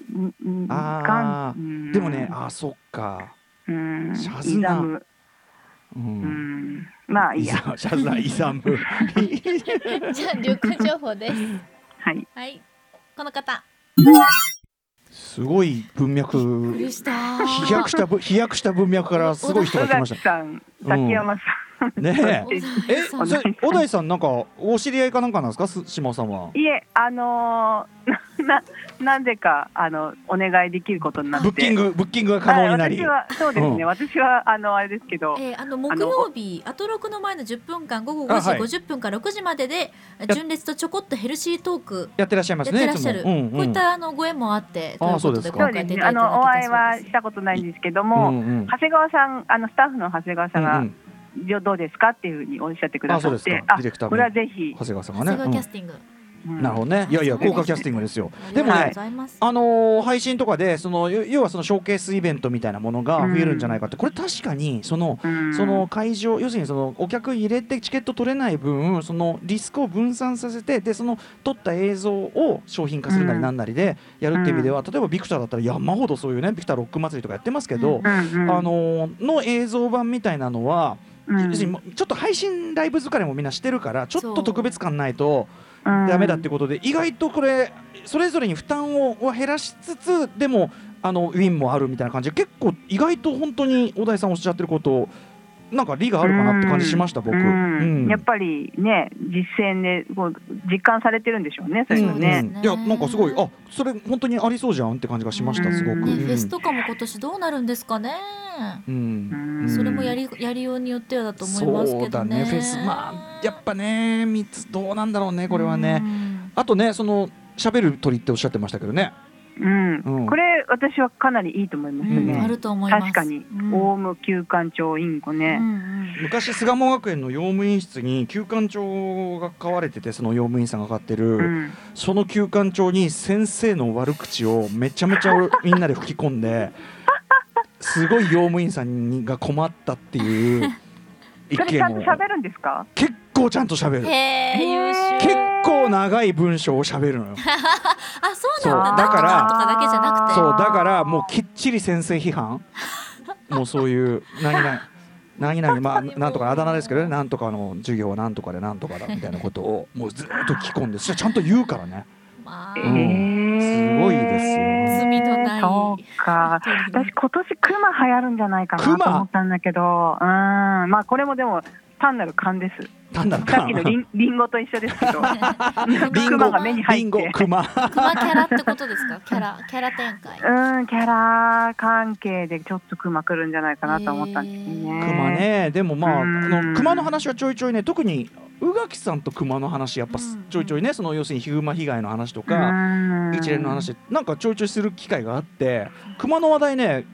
D: んん
B: あー
D: ガンうん
B: でもねあーそっか。
D: うん
B: シャズナ
D: イザム
B: う。
D: うんんまあいい
B: イ
D: や
B: ザシャズナイザム。
C: じゃあ旅行情報です
D: はい
C: はいこの方
B: すごい文脈
C: びっくり
B: 飛
C: した
B: 躍した
C: <laughs>
B: ぶ飛躍した文脈からすごい人
D: 宇
B: が来まし
D: 崎
B: た。
D: さん滝山さ
B: ね
D: ん
B: え。
D: で
B: え、
C: そう
B: それ小田井さんなんかお知り合いかなんかなんですか、す島尾さんは。
D: いえあのー <laughs> なななぜかあのお願いできることになって
B: ブッキングブッキングが可能になり。
D: はい私はそうですね、
B: うん
D: 私はあのあれですけど、
C: えー、あの木曜日アトロクの前の10分間午後5
B: あはい
C: 時50分から6時までで純烈とちょこっとヘルシートーク
B: やってらっしゃいま
C: や
B: す
C: って
B: ね。
C: らっしゃる、
B: いつもうんうん
C: こういったあのご縁もあってと
B: あ
C: い
B: ー
C: う
B: そ
C: こ
B: うで
C: と
B: す
C: で
B: か
C: ご
D: そう
C: 回
D: です
C: 出てい
D: ね
C: ただ
D: あ
C: いた
D: のお会いは
C: そう
D: し
C: です
D: たことないんですけど
B: う
D: も、
B: んうん
D: 長谷川さんあのスタッフの長谷川さんが、
B: うん
D: どうですかっていうふうにおっしゃってく
B: うんあ、
D: だ
B: そ
D: さ
B: うで
D: っ
B: す
D: て
B: か。ディレクター
D: こ
B: の
D: れは
B: 長
D: ぜひ、
B: 谷川さん
C: 長谷
B: がね
C: 川キャスティング、
D: うん
B: うん。なるほどね。いやいや、豪華キャスティングですよ。でも
D: は
B: ね
C: ありがと
D: い、
C: うございます
B: あのー配信とかでその要要はそのショーケースイベントみたいなものが増えるんじゃないかって、これ確かにその。
D: うん
B: その会場要するにそのお客入れてチケット取れない分そのリスクを分散させてでその撮った映像を商品化するなりなんなりでやるっていう意味では、例えばビクターだったら山ほどそういうねビクターロック祭りとかやってますけど、
D: うんうん
B: あのーの映像版みたいなのは、
D: うん
B: 要するにちょっと配信ライブ疲れもみんなしてるからちょっと特別感ないと。
D: うん
B: ダメだってことで意外とこれそれぞれに負担をを減らしつつでもあのウィンもあるみたいな感じで結構意外と本当に小田井さんおっしゃってることなんか理があるかなって感じしました僕。
D: うん
B: うん
D: やっぱりね実践でこう実感されてるんでしょうねそういうのね、
B: うんうんいやなんかすごいあそれ本当にありそうじゃんって感じがしましたすごく。
C: ね
B: うん
C: フェスとかも今年どうなるんですかね、
B: うん
D: うん
C: それもやりやりようによってはだと思います
B: そ
C: け
B: う
C: ど
B: だ
C: ね
B: ねフェスまあやっぱね三つどうなんだろうねこれはね。
C: うん
B: あとねその喋る鳥っておっしゃってましたけどね。
D: うん
B: うん
D: これ私はかなりいいと思いま
C: う
D: す
C: ん
D: ね、
C: あると思います
D: 確かに、
C: うん
D: オウム休館長インコ
C: う
D: ね、
C: んうん
B: 昔巣鴨学園の用務員室に休館帳が買われててその用務員さんが買ってる、
D: うん
B: その休館帳に先生の悪口をめちゃめちゃ俺みんなで吹き込んですごい用務員さんが困ったっていう一
D: それちゃんと
B: 見を
D: 喋るんですか
B: 結構ちゃんと喋
C: へ
B: る
C: え優秀
D: け
B: 結構長い文章を喋るのよ
C: あそうなんだ
D: そうだから
C: なんとかとかだけじゃなくて
B: そうだからもうきっちり先生
C: <laughs>
B: 批判もうそういう何々何々まあなんとかあだ名ですけどねなんとかの授業はなんとかでなんとかだみたいなことをもうずっと聞き込んでそれちゃんと言うからね
C: ま
D: え
B: う
C: あ
B: んすごいですよ
C: 罪のない
D: そうか私今年クマ流行るんじゃないかな
B: 熊
D: と思ったんだけどうんまあこれもでも単なる
B: <laughs>
D: 勘です
B: 単なる
D: さっ
B: か
D: きのリンリンゴと一緒ですけ
B: <laughs>
D: ど
C: リン
D: クマ
C: ゴ
D: が目に入
B: リン
D: っ
B: ゴ
D: て
B: 熊
C: クマキャラってことですかキャラキャラ展開
D: うんキャラ関係でちょっとクマ来るんじゃないかなと思ったんですよね。
B: 熊ねでもまああ
D: うん
B: の熊の話はちょいちょいね特に宇垣さんと熊の話やっぱ
C: うん
B: ちょいちょいねその要するにヒグマ被害の話とか
D: が
B: 一連の話なんかちょいちょいする機会があって熊の話題ね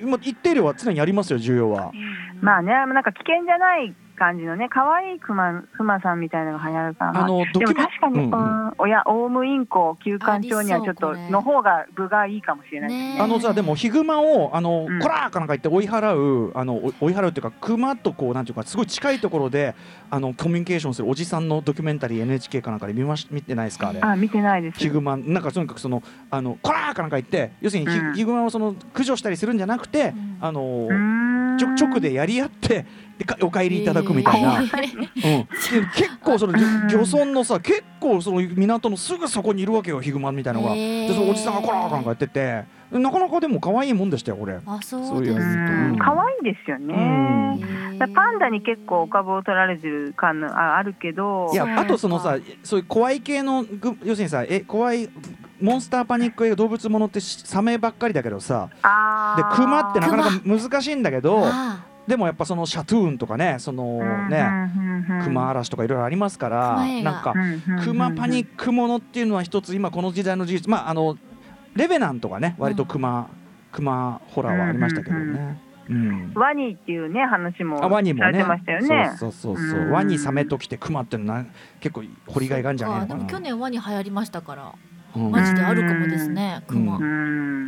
B: ま一定量は常にやりますよ重要は。
D: まあねなんか危険じゃない感じのね可愛いクマクマさんみたいなのが流行るから
B: あのドキ
D: でも
B: ュメ
D: 確かに、
B: う
D: うんん
B: うん
D: おやオウムインコ休館長にはちょっ
C: あ
D: と
C: りそうこれ
D: の方が部がいいかもしれないですね
C: ね
B: あのさでもヒグマをあの、
D: うん
B: コラーかなんか言って追い払うあのお追い払うっていうか熊とこうなんていうかすごい近いところであのコミュニケーションするおじさんのドキュメンタリー NHK かなんかで見まし見てないですかあれ
D: あ見てないです
B: ヒグマなんかとにかくそのあのコラーかなんか言って要するにヒ,、
D: うん
B: グマをその駆除したりするんじゃなくて、
C: うん
B: あの
D: うーん
B: ちょ直でやり合ってでかお帰りいただくみたいな、
C: えー
B: うん、で結構その
D: うん
B: 漁村のさ結構その港のすぐそこにいるわけよヒグマみたいなのが、
C: へー
B: でそのおじさんがコラーかなんかやっててなかなかでも可愛いもんでしたよこれ。
C: あそ
B: そう
C: う
B: いう
C: で
B: や
C: す
B: つ
C: か
D: うん可愛いですよ
B: うん
D: ね、
C: へー
D: だからパンダに結構お株を取られてる感のああるけど
B: いや
C: そう
B: あとそのさ
C: な
B: そういう怖い系のグ要するにさえ怖いモンスターパニック映画動物ものってしサメばっかりだけどさ
D: あ
B: で
D: ー
B: クマってなかなか難しいんだけど
C: あ
B: でもやっぱそのシャトゥーンとかねそのねクマ嵐とかいろいろありますか
C: 熊
B: ら
C: 映画
B: なんかクマパニッ
D: ク
B: クものっていうのは一つ今この時代の事実まああのレベナントがね割とクマクマホラーはありましたけどね。うん
D: ワニっていうね話も
B: あワニも
D: され
B: ね
D: てましたよね
B: そうそうそうそう、
D: うん
B: ワニサメときてクマってのな結構掘りがいがあるんじゃないの
C: で
B: かな
C: も去年ワニ流行りましたから
B: うん
C: マジであるかもですねクマ
B: う
D: う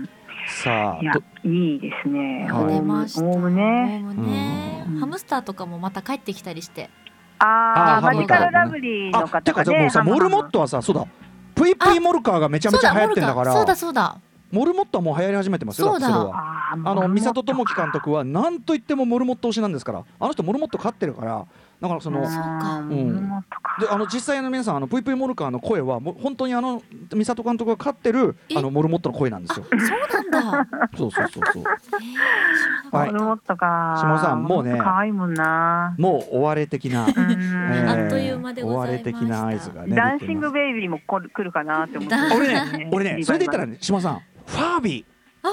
D: ん
B: さ
D: いや
B: あと
D: いいですね
B: はい
D: オ
C: 出
D: ウム
C: ました
D: オウムね
C: オウムね
D: うん
C: ハムスターとかもまた帰ってきたりして
D: あ
B: あー
D: あマジカ
B: ハムカー
D: ルラブリーの
B: あ
D: 方
B: て
D: が
B: かさ
D: ね
B: もうさ
D: ハム
B: モルモ
D: ハ
B: ッ
D: ム
B: トはさそうだプイプイモルカーがめちゃめちゃ流行ってんだから
C: そうだそうだ
B: モルモットはもう流行り始めてますよ
C: そうだ
B: ってれは
D: あー
B: あ
D: モ
B: の
D: ルモッ
B: 三
D: ト
B: 里智樹監督はなんといってもモルモット推しなんですからあの人モルモット飼ってるからだからその、
D: う
C: そ
D: ん
C: うか
D: モルモットか
B: であの実際の皆さんあのプイプイモルカーの声はもう本当にあの三里監督が飼ってる
C: え
B: あのモルモットの声なんですよ
C: そう
D: <laughs>
C: なんだ
B: そうそうそうそう
C: えー知らな
B: は
C: いかっ
D: モルモットか
B: 下さんもうね
D: モルモット可愛いもんな
B: もう追われ的
D: <laughs>
B: な、
D: う
B: え
D: ん
C: あっという間でございました
B: 追われ的な合図がね
D: ダンシング
B: 出て
D: ベイビーも来る来るかなって思って
B: ます俺
D: <laughs>
B: ね俺ねそれで言ったら
D: ね
B: ね島さんファービー
D: ファー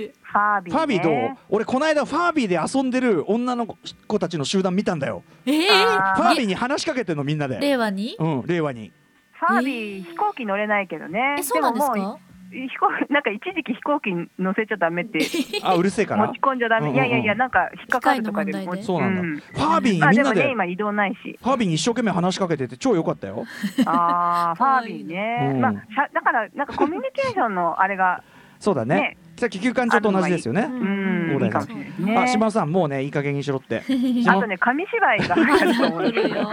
D: ビー
B: ファービーどう
D: ね
B: 俺この間ファービーで遊んでる女の子たちの集団見たんだよ
C: たえー
D: あ
B: ファービーに話しかけてんのみんなで
C: 令和に
B: うん令和に
D: ファービー飛行機乗れないけどね
C: えそうなんです
D: でももう
C: か
D: 飛行 <laughs> なんか一時期飛行機乗せちゃダメって
B: あうるせえか
D: 持
B: ら
D: ち込んじゃダメ、
B: うん
D: いやいやいやなんか引っかかるとかで
C: 機械の問題で
B: そうなんだ、
D: うん
B: ファービー
D: あ
B: にみん
D: で
B: な
D: も
B: で
D: ね今移動ないし
B: ファービーに一生懸命話しかけてて超良かったよ
D: あ
C: <laughs>
D: あフ
C: 可
D: ァー
C: 愛い
D: ビ
B: ね
D: ーね、
B: うん
D: まあしゃだからなんかコミュニケーションのあれが
B: そうだね
D: ね
B: さっき球館長と同じですよね
D: う
B: そ
D: ん
B: うだよね
D: いいかもしれないですね
B: あ島さんもうねいい加減にしろ
D: <laughs>
B: って
D: あとね紙芝居が流行ると思うんで
C: <laughs>
D: すよ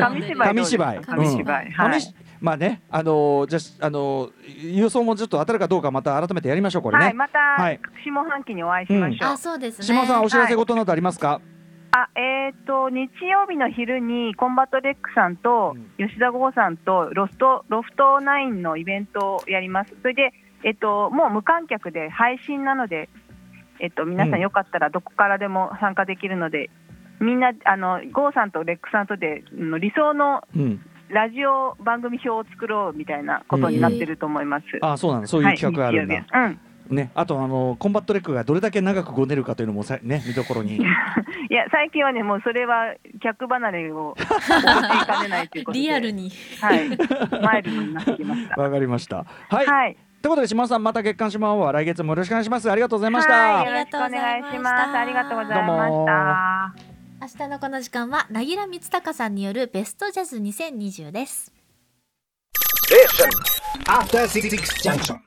D: 紙芝居どう
B: 紙
D: ですか
B: 芝居
D: 紙芝居、
C: うん
D: は
B: 試
D: い
B: しまあねあのーじゃあしあのー予想もちょっと当たるかどうかまた改めてやりましょうこれね、
D: はい、また、
B: はい
D: 下半期にお会いしましょう。
C: あそうですね
B: 島さんお知らせ事などありますか、
D: あ、えっ、と日曜日の昼にコンバットレックさんと吉田剛さんとロストロフトナインのイベントをやります。それでえっ、ともう無観客で配信なので、えっ、と皆さ
B: うん
D: んよかったらどこからでも参加できるので、みんなあの剛さんとレックさんとでうん理想の
B: うん
D: ラジオ番組表を作ろうみたいなことになってると思います。
B: あそうなんだそういう企画があるんだ、
D: はい日曜日うん
B: ね、あとあのコンバットレックがどれだけ長くごねるかというのもさね見どころに
D: いや最近はねもうそれは客離れを追いかねないということで
C: リアルに
D: はいマイルドになってきました
B: わかりましたはい、
D: はい
B: ということで島さんまた月刊島アワー来月もよろしくお願いしますありがとうございました、
D: はい、
C: あ
D: よ
C: りがと
D: ろしくお
C: うござ
D: 願
C: い
D: い
C: ました
D: します。ありがとうござい
B: ど
D: ま
B: う
D: し
B: も
D: た。
C: 明日のこの時間はなぎらみつたかさんによるベストジャズ2020です
E: After Six Junction.